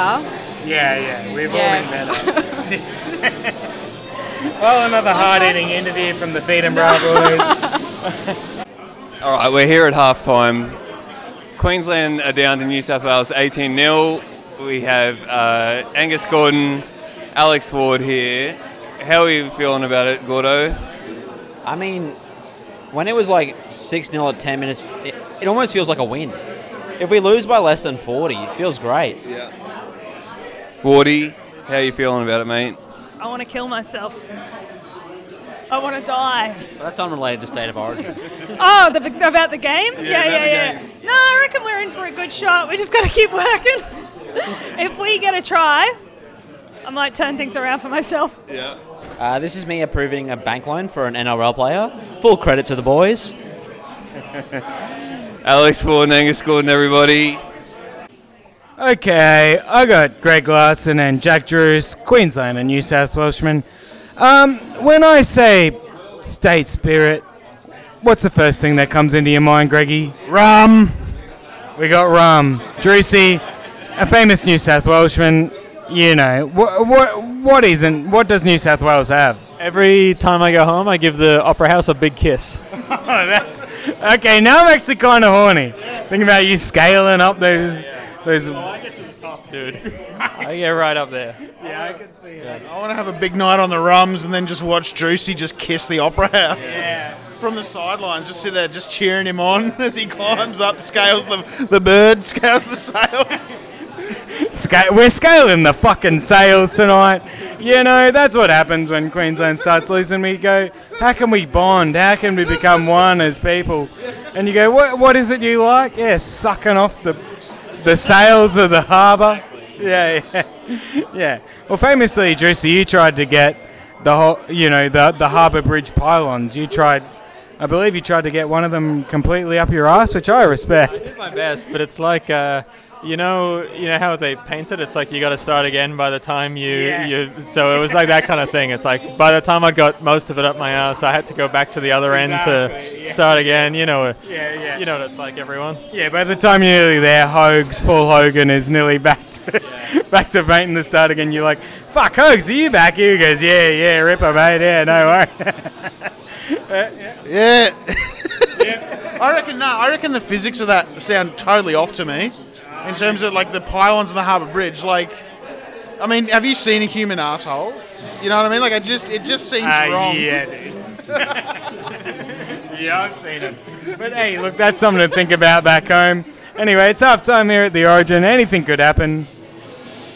[SPEAKER 2] Yeah, yeah. We've
[SPEAKER 8] Yeah.
[SPEAKER 2] all been better. well, another hard-hitting interview from the Feed and Bravo.
[SPEAKER 1] All right, we're here at halftime. Queensland are down to New South Wales 18 0. We have uh, Angus Gordon, Alex Ward here. How are you feeling about it, Gordo?
[SPEAKER 5] I mean, when it was like 6 0 at 10 minutes, it, it almost feels like a win. If we lose by less than 40, it feels great.
[SPEAKER 1] Wardy, how are you feeling about it, mate?
[SPEAKER 9] I want to kill myself. I want to
[SPEAKER 2] [laughs]
[SPEAKER 9] die.
[SPEAKER 5] But that's unrelated to State of Origin.
[SPEAKER 9] Oh, the, about the game? Yeah, yeah,
[SPEAKER 5] about
[SPEAKER 9] yeah.
[SPEAKER 5] the
[SPEAKER 9] No, I reckon we're in for a good shot. We just got to keep working. [laughs] if we get a try, I might turn things around for myself.
[SPEAKER 1] Yeah.
[SPEAKER 5] Uh, this is me approving a bank loan for an NRL player. Full credit to the boys.
[SPEAKER 1] Alex Ward and Angus Gordon, everybody.
[SPEAKER 2] Okay, I got Greg Larson and Jack Drews, Queensland and New South Welshman. Um, when I say state spirit, what's the first thing that comes into your mind, Greggy? Rum. We got rum. Drewsy, a famous New South Welshman. You know what? What? What isn't? What does New South Wales have?
[SPEAKER 3] Every time I go home, I give the Opera House a big kiss.
[SPEAKER 2] Oh, [laughs] that's okay. Now I'm actually kind of horny. Thinking about you scaling up those, those. I get to the top, dude. I get right up there.
[SPEAKER 3] Yeah, I can see that.
[SPEAKER 7] I want to have a big night on the rums and then just watch Juicy just kiss the Opera House. Yeah. From the sidelines, just sit there, just cheering him on [laughs] as he climbs up, scales the, the bird, [laughs] scales the sails.
[SPEAKER 2] Sca- we're scaling the fucking sails tonight. You know, that's what happens when Queensland starts losing. We go, how can we bond? How can we become one as people? And you go, what, what is it you like? Yeah, sucking off the, the sails of the harbour. Yeah, yeah, yeah. Well, famously, Juicy, you tried to get the whole, you know, the the harbour bridge pylons. You tried, I believe, you tried to get one of them completely up your ass, which I respect.
[SPEAKER 3] my best, but it's like uh, you know, you know how they paint it. It's like you got to start again by the time you, you. So it was like that kind of thing. It's like by the time I got most of it up my ass, I had to go back to the other end to
[SPEAKER 2] Exactly, yeah.
[SPEAKER 3] start again. You know,
[SPEAKER 2] Yeah, yeah.
[SPEAKER 3] you know what it's like, everyone.
[SPEAKER 2] Yeah, by the time you're nearly there, Hogs, Paul Hogan is nearly back to [laughs] back to painting the start again. You're like, fuck, Hogs, are you back? Here he goes, yeah, yeah, Ripper, mate, yeah, no worry.
[SPEAKER 7] Yeah. I reckon no. I reckon the physics of that sound totally off to me, in terms of like the pylons and the harbour bridge. Like, I mean, have you seen a human asshole? You know what I mean? Like, I just it just seems
[SPEAKER 2] [laughs] Ah,
[SPEAKER 7] wrong.
[SPEAKER 2] yeah, dude. [laughs] yeah, I've seen him. But hey, look, that's something to think about back home. Anyway, it's half time here at the Origin. Anything could happen. [laughs]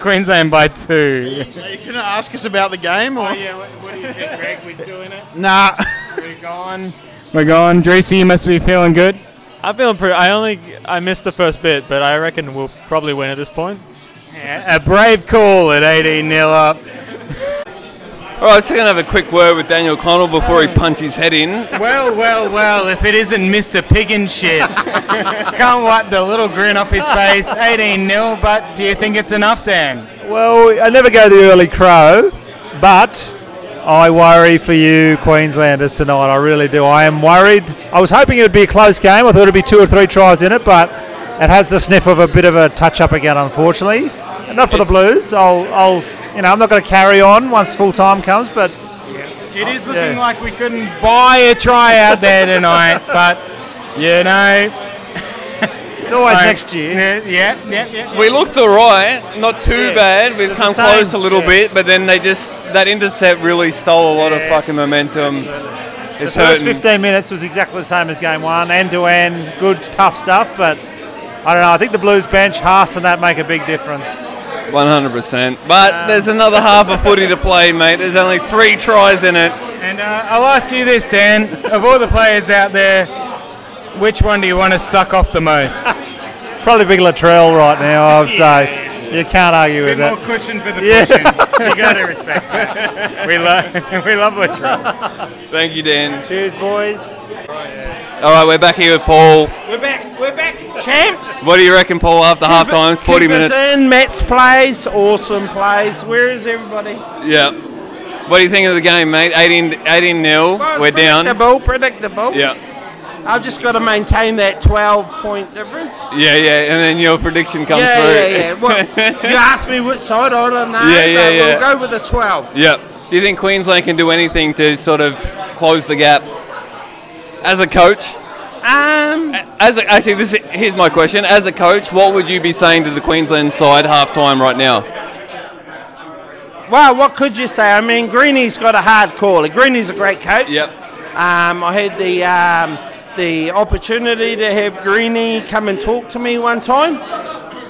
[SPEAKER 2] Queensland by two.
[SPEAKER 7] Are you gonna ask us about the game? Or?
[SPEAKER 2] yeah, what, what do you think, Greg? We still in it?
[SPEAKER 7] Nah.
[SPEAKER 2] We're gone. We're gone. Dracy, you must be feeling good.
[SPEAKER 3] I'm feeling pretty. I only I missed the first bit, but I reckon we'll probably win at this point.
[SPEAKER 2] A brave call at 18 0 up.
[SPEAKER 1] All right, so we're going to have a quick word with Daniel Connell before he punches his head in.
[SPEAKER 2] Well, well, well, if it isn't Mr. Piggin shit. Can't wipe the little grin off his face. 18 0, but do you think it's enough, Dan?
[SPEAKER 6] Well, I never go the early crow, but I worry for you, Queenslanders, tonight. I really do. I am worried. I was hoping it would be a close game. I thought it would be two or three tries in it, but it has the sniff of a bit of a touch up again, unfortunately. Not for the Blues. I'll, I'll, you know, I'm not going to carry on once full time comes, but
[SPEAKER 2] It is looking like we couldn't buy a try out there tonight, but you know. it's
[SPEAKER 6] always
[SPEAKER 1] next
[SPEAKER 2] year. Yeah, yeah, yeah.
[SPEAKER 1] We looked all right, not too
[SPEAKER 2] Yeah.
[SPEAKER 1] bad. We've
[SPEAKER 2] It's
[SPEAKER 1] come
[SPEAKER 2] the same,
[SPEAKER 1] close a little
[SPEAKER 2] yeah.
[SPEAKER 1] bit, but then they just that intercept really stole a lot
[SPEAKER 6] Yeah.
[SPEAKER 1] of fucking momentum. It's
[SPEAKER 6] the first
[SPEAKER 1] hurting.
[SPEAKER 6] 15 minutes was exactly the same as game one, end to end, good, tough stuff. But I don't know. I think the Blues bench, Haas, and that make a big difference.
[SPEAKER 1] One hundred percent. But there's another half a footy to play, mate. There's only three tries in it.
[SPEAKER 2] And uh, I'll ask you this, Dan. Of all the players out there, which one do you want to suck off the most? [laughs]
[SPEAKER 6] Probably Big Latrell right now, I would say. You can't argue
[SPEAKER 2] Bit
[SPEAKER 6] with that.
[SPEAKER 2] more cushion for the
[SPEAKER 6] Yeah.
[SPEAKER 2] cushion. You gotta respect that. We love, we love Latrell.
[SPEAKER 1] Thank you, Dan.
[SPEAKER 6] Cheers, boys.
[SPEAKER 1] All right, we're back here with Paul.
[SPEAKER 4] We're back. We're back, champs.
[SPEAKER 1] What do you reckon, Paul? After half time, forty
[SPEAKER 4] Keep us
[SPEAKER 1] minutes.
[SPEAKER 4] in Matt's place. Awesome place. Where is everybody?
[SPEAKER 1] Yeah. What do you think of the game, mate? 18, 18 nil.
[SPEAKER 4] Well, it's
[SPEAKER 1] We're down.
[SPEAKER 4] Predictable. Predictable.
[SPEAKER 1] Yeah.
[SPEAKER 4] I've just got to maintain that 12 point difference.
[SPEAKER 1] Yeah, yeah, and then your prediction comes
[SPEAKER 4] yeah,
[SPEAKER 1] through.
[SPEAKER 4] yeah,
[SPEAKER 1] [laughs]
[SPEAKER 4] yeah. Well, you asked me which side I don't know.
[SPEAKER 1] Yeah, yeah,
[SPEAKER 4] but
[SPEAKER 1] yeah.
[SPEAKER 4] We'll go with the 12.
[SPEAKER 1] Yep. Do you think Queensland can do anything to sort of close the gap as a coach?
[SPEAKER 4] Um,
[SPEAKER 1] As a, actually, this is, here's my question: As a coach, what would you be saying to the Queensland side half time right now?
[SPEAKER 4] Well, what could you say? I mean, Greeny's got a hard call. Greeny's a great coach.
[SPEAKER 1] Yep.
[SPEAKER 4] Um, I had the um, the opportunity to have Greeny come and talk to me one time,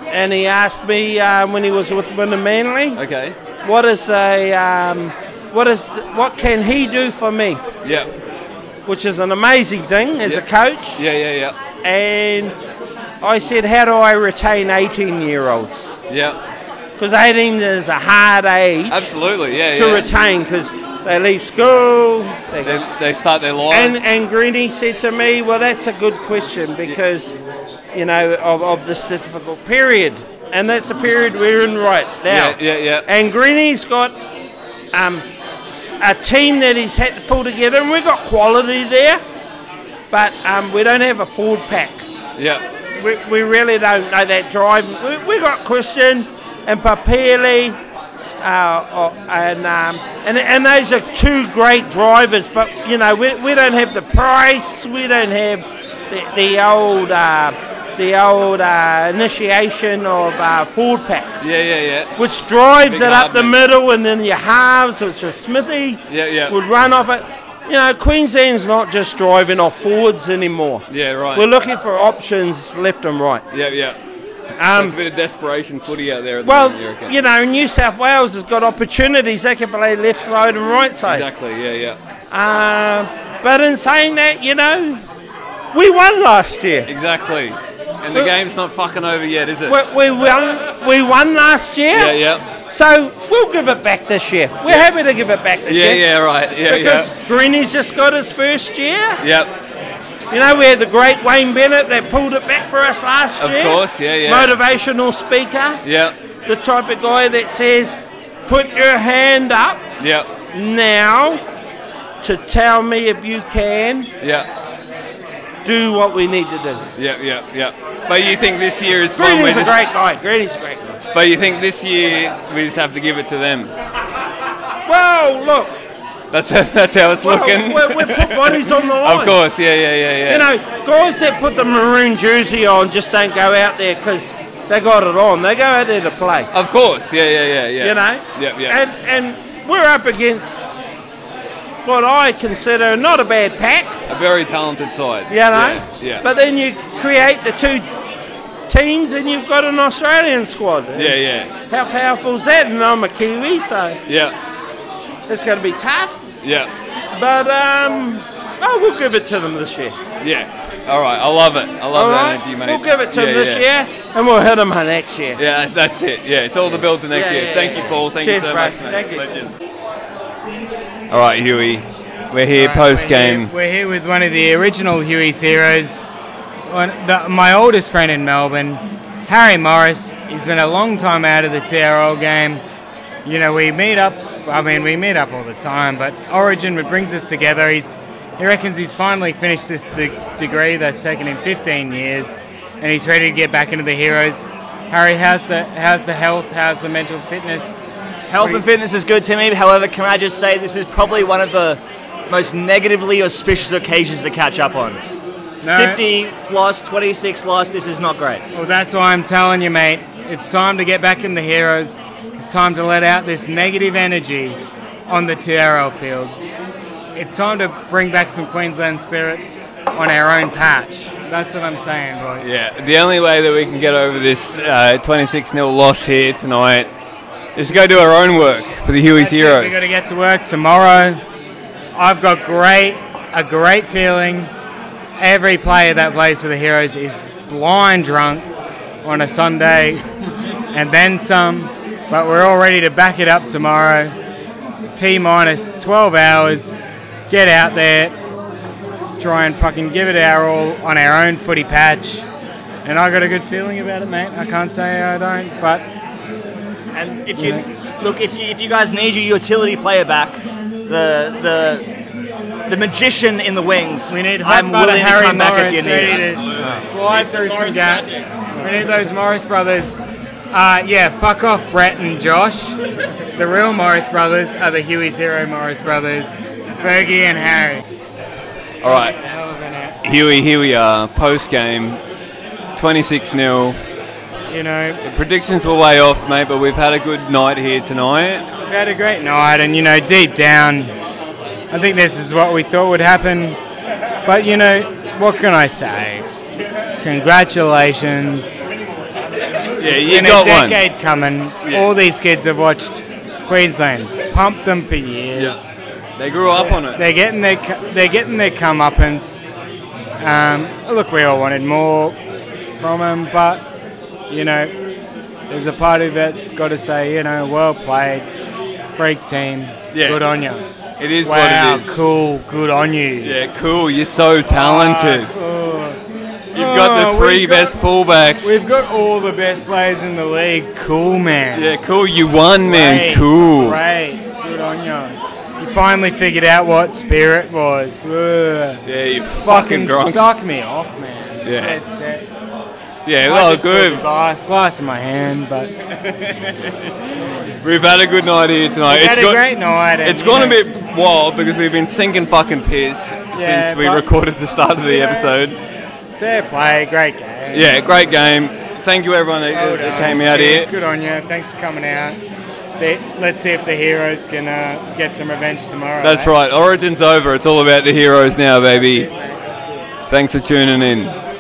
[SPEAKER 4] and he asked me um, when he was with Winner Manly.
[SPEAKER 1] Okay.
[SPEAKER 4] What is a um, what is what can he do for me?
[SPEAKER 1] Yep.
[SPEAKER 4] Which is an amazing thing as a coach.
[SPEAKER 1] Yeah, yeah, yeah.
[SPEAKER 4] And I said, how do I retain 18 year olds?
[SPEAKER 1] Yeah.
[SPEAKER 4] Because 18 is a hard age.
[SPEAKER 1] Absolutely. Yeah.
[SPEAKER 4] to
[SPEAKER 1] yeah.
[SPEAKER 4] retain because they leave school. They,
[SPEAKER 1] They, they start their
[SPEAKER 4] and
[SPEAKER 1] lives.
[SPEAKER 4] and Greeny said to me, "Well, that's a good question because you know of, of this difficult period, and that's the period we're in right now."
[SPEAKER 1] yeah, yeah, yeah.
[SPEAKER 4] And Greeny's got um, a team that he's had to pull together, and we've got quality there, but um, we don't have a forward pack.
[SPEAKER 1] Yeah.
[SPEAKER 4] We, we really don't know that drive. We, we got Christian and Papili, uh, oh, and, um, and and those are two great drivers. But you know, we, we don't have the price. We don't have the, the old uh, the old uh, initiation of uh, Ford pack,
[SPEAKER 1] Yeah, yeah, yeah.
[SPEAKER 4] which drives
[SPEAKER 1] Big
[SPEAKER 4] it up the
[SPEAKER 1] hardening.
[SPEAKER 4] middle, and then your halves, which are Smithy,
[SPEAKER 1] Yeah, yeah.
[SPEAKER 4] would run off it. You know, Queensland's not just driving off forwards anymore.
[SPEAKER 1] Yeah, right.
[SPEAKER 4] We're looking for options left and right.
[SPEAKER 1] Yeah, yeah.
[SPEAKER 4] Um,
[SPEAKER 1] It's a bit of desperation footy out there at the moment, you
[SPEAKER 4] Well,
[SPEAKER 1] reckon?
[SPEAKER 4] you know, New South Wales has got opportunities. They can play left side and right side.
[SPEAKER 1] Exactly, yeah, yeah.
[SPEAKER 4] Um, but in saying that, you know, we won last year.
[SPEAKER 1] Exactly. And the
[SPEAKER 4] Well-
[SPEAKER 1] game's not fucking over yet, is
[SPEAKER 4] We,
[SPEAKER 1] it?
[SPEAKER 4] we won. We won last year.
[SPEAKER 1] yeah, yeah.
[SPEAKER 4] So we'll give it back this year. We're happy to give it back this
[SPEAKER 1] Yeah,
[SPEAKER 4] year.
[SPEAKER 1] yeah, right. Yeah,
[SPEAKER 4] because
[SPEAKER 1] yeah.
[SPEAKER 4] Greeny's just got his first year.
[SPEAKER 1] Yep.
[SPEAKER 4] You know, we had the great Wayne Bennett that pulled it back for us last
[SPEAKER 1] Of
[SPEAKER 4] year.
[SPEAKER 1] course, yeah, yeah.
[SPEAKER 4] Motivational speaker,
[SPEAKER 1] Yep.
[SPEAKER 4] the type of guy that says, "Put your hand up."
[SPEAKER 1] Yep.
[SPEAKER 4] now to tell me if you can
[SPEAKER 1] Yeah.
[SPEAKER 4] do what we need to do.
[SPEAKER 1] Yeah, yeah, yeah. But you think this year is one
[SPEAKER 4] Greeny's
[SPEAKER 1] where
[SPEAKER 4] a
[SPEAKER 1] this-
[SPEAKER 4] great guy. Greeny's a great guy.
[SPEAKER 1] But you think this year we just have to give it to them?
[SPEAKER 4] Well, look,
[SPEAKER 1] That's how, [laughs] that's how it's
[SPEAKER 4] Well,
[SPEAKER 1] looking.
[SPEAKER 4] we-
[SPEAKER 1] [laughs]
[SPEAKER 4] we put bodies on the line.
[SPEAKER 1] Of course, yeah, yeah, yeah, yeah.
[SPEAKER 4] you know, guys that put the maroon jersey on just don't go out there because they got it on. They go out there to play.
[SPEAKER 1] Of course, yeah, yeah, yeah, yeah.
[SPEAKER 4] You know?
[SPEAKER 1] Yeah, yeah.
[SPEAKER 4] And and we're up against what I consider not a bad pack.
[SPEAKER 1] a very talented side.
[SPEAKER 4] You know?
[SPEAKER 1] Yeah. yeah.
[SPEAKER 4] But then you create the two teams and you've got an Australian squad.
[SPEAKER 1] yeah, yeah,
[SPEAKER 4] How powerful is that? And I'm a Kiwi, so
[SPEAKER 1] yeah,
[SPEAKER 4] it's going to be tough.
[SPEAKER 1] yeah,
[SPEAKER 4] But um, oh, we'll give it to them this year.
[SPEAKER 1] yeah. All right, I love it. I love
[SPEAKER 4] All
[SPEAKER 1] that
[SPEAKER 4] right?
[SPEAKER 1] energy, mate.
[SPEAKER 4] We'll give it to
[SPEAKER 1] yeah,
[SPEAKER 4] them this
[SPEAKER 1] yeah.
[SPEAKER 4] year, and we'll hit them next year.
[SPEAKER 1] Yeah, that's it. Yeah, it's all the build to next
[SPEAKER 4] Yeah,
[SPEAKER 1] year.
[SPEAKER 4] yeah,
[SPEAKER 1] Thank
[SPEAKER 4] yeah.
[SPEAKER 1] you, Paul. Thank you
[SPEAKER 4] Cheers,
[SPEAKER 1] so
[SPEAKER 4] bro.
[SPEAKER 1] much, mate.
[SPEAKER 4] Thank you.
[SPEAKER 1] All right, Huey, we're here
[SPEAKER 2] All right,
[SPEAKER 1] post
[SPEAKER 2] We're
[SPEAKER 1] game.
[SPEAKER 2] here, we're here with one of the original Huey's heroes, one, the, my oldest friend in Melbourne, Harry Morris. He's been a long time out of the TRL game. You know, we meet up. I mean, we meet up all the time, but Origin what brings us together. He's he reckons he's finally finished this de- degree, the second in 15 years, and he's ready to get back into the heroes. Harry, how's the how's the health? How's the mental fitness?
[SPEAKER 10] Health and fitness is good to me. However, can I just say this is probably one of the most negatively auspicious occasions to catch up on.
[SPEAKER 2] No.
[SPEAKER 10] 50 lost, 26 lost. This is not great.
[SPEAKER 2] Well, that's why I'm telling you, mate. It's time to get back in the heroes. It's time to let out this negative energy on the TRL field. It's time to bring back some Queensland spirit on our own patch. That's what I'm saying, boys.
[SPEAKER 1] Yeah, the only way that we can get over this 26 0 loss here tonight is to go do our own work for the Huey's
[SPEAKER 2] That's it. We
[SPEAKER 1] Heroes.
[SPEAKER 2] got to get to work tomorrow. I've got great, a great feeling. Every player that plays for the Heroes is blind drunk on a Sunday and then some, but we're all ready to back it up tomorrow. T minus 12 hours. Get out there, try and fucking give it our all on our own footy patch. And I got a good feeling about it, mate. I can't say I don't, but
[SPEAKER 4] And if you look, if you, if you guys need your utility player back, the the the magician in the wings. We need I'm
[SPEAKER 2] Butter
[SPEAKER 4] willing to
[SPEAKER 2] Harry
[SPEAKER 4] come back if
[SPEAKER 2] Morris
[SPEAKER 4] you need
[SPEAKER 2] ready
[SPEAKER 4] it.
[SPEAKER 2] to slide through some gaps. We need those Morris brothers. Uh, yeah, fuck off, Brett and Josh. The real Morris brothers are the Huey Zero Morris brothers, Fergie and Harry.
[SPEAKER 1] All right. Here we, here we are, post game, 26 0.
[SPEAKER 2] You know,
[SPEAKER 1] The predictions were way off, mate, but we've had a good night here tonight.
[SPEAKER 2] We've had a great night, and you know, deep down, I think this is what we thought would happen. But you know, what can I say? Congratulations.
[SPEAKER 1] Yeah,
[SPEAKER 2] It's
[SPEAKER 1] you
[SPEAKER 2] been
[SPEAKER 1] got
[SPEAKER 2] a
[SPEAKER 1] one.
[SPEAKER 2] decade coming. All these kids have watched Queensland pump them for years.
[SPEAKER 1] They grew up on it.
[SPEAKER 2] They're getting their cu- they're getting their comeuppance. Um, look, we all wanted more from them, but you know, there's a party that's got to say, you know, well played, freak team,
[SPEAKER 1] Yeah.
[SPEAKER 2] good on you.
[SPEAKER 1] It is
[SPEAKER 2] wow,
[SPEAKER 1] what it is.
[SPEAKER 2] cool, good on you. Uh,
[SPEAKER 1] Yeah, cool. You're so talented. You've got
[SPEAKER 2] Oh,
[SPEAKER 1] the three
[SPEAKER 2] we've got-
[SPEAKER 1] best fullbacks.
[SPEAKER 2] We've got all the best players in the league. Cool, man.
[SPEAKER 1] Yeah, cool. You won, man.
[SPEAKER 2] Great,
[SPEAKER 1] cool.
[SPEAKER 2] Great. Good on you. You finally figured out what spirit was. Ugh.
[SPEAKER 1] Yeah, you fucking
[SPEAKER 2] fucking
[SPEAKER 1] drunks.
[SPEAKER 2] suck me off, man.
[SPEAKER 1] Yeah.
[SPEAKER 2] That's it.
[SPEAKER 1] Yeah,
[SPEAKER 2] I
[SPEAKER 1] well,
[SPEAKER 2] just
[SPEAKER 1] Oh, good.
[SPEAKER 2] thought the Glass, glass in my hand, but
[SPEAKER 1] We've had a good night here tonight.
[SPEAKER 2] We've
[SPEAKER 1] It's
[SPEAKER 2] had a great night and,
[SPEAKER 1] It's
[SPEAKER 2] you
[SPEAKER 1] gone a
[SPEAKER 2] know-
[SPEAKER 1] bit wild because we've been sinking fucking piss
[SPEAKER 2] Yeah,
[SPEAKER 1] since we
[SPEAKER 2] but-
[SPEAKER 1] recorded the start of the
[SPEAKER 2] you know,
[SPEAKER 1] episode.
[SPEAKER 2] fair play, great game.
[SPEAKER 1] Yeah, great game. Thank you everyone that,
[SPEAKER 2] Well
[SPEAKER 1] that
[SPEAKER 2] done.
[SPEAKER 1] came out
[SPEAKER 2] Cheers,
[SPEAKER 1] here.
[SPEAKER 2] Good on you. Thanks for coming out. They- let's see if the heroes can uh, get some revenge tomorrow.
[SPEAKER 1] That's
[SPEAKER 2] eh?
[SPEAKER 1] right. Origin's over. It's all about the heroes now, baby. Thanks for tuning in.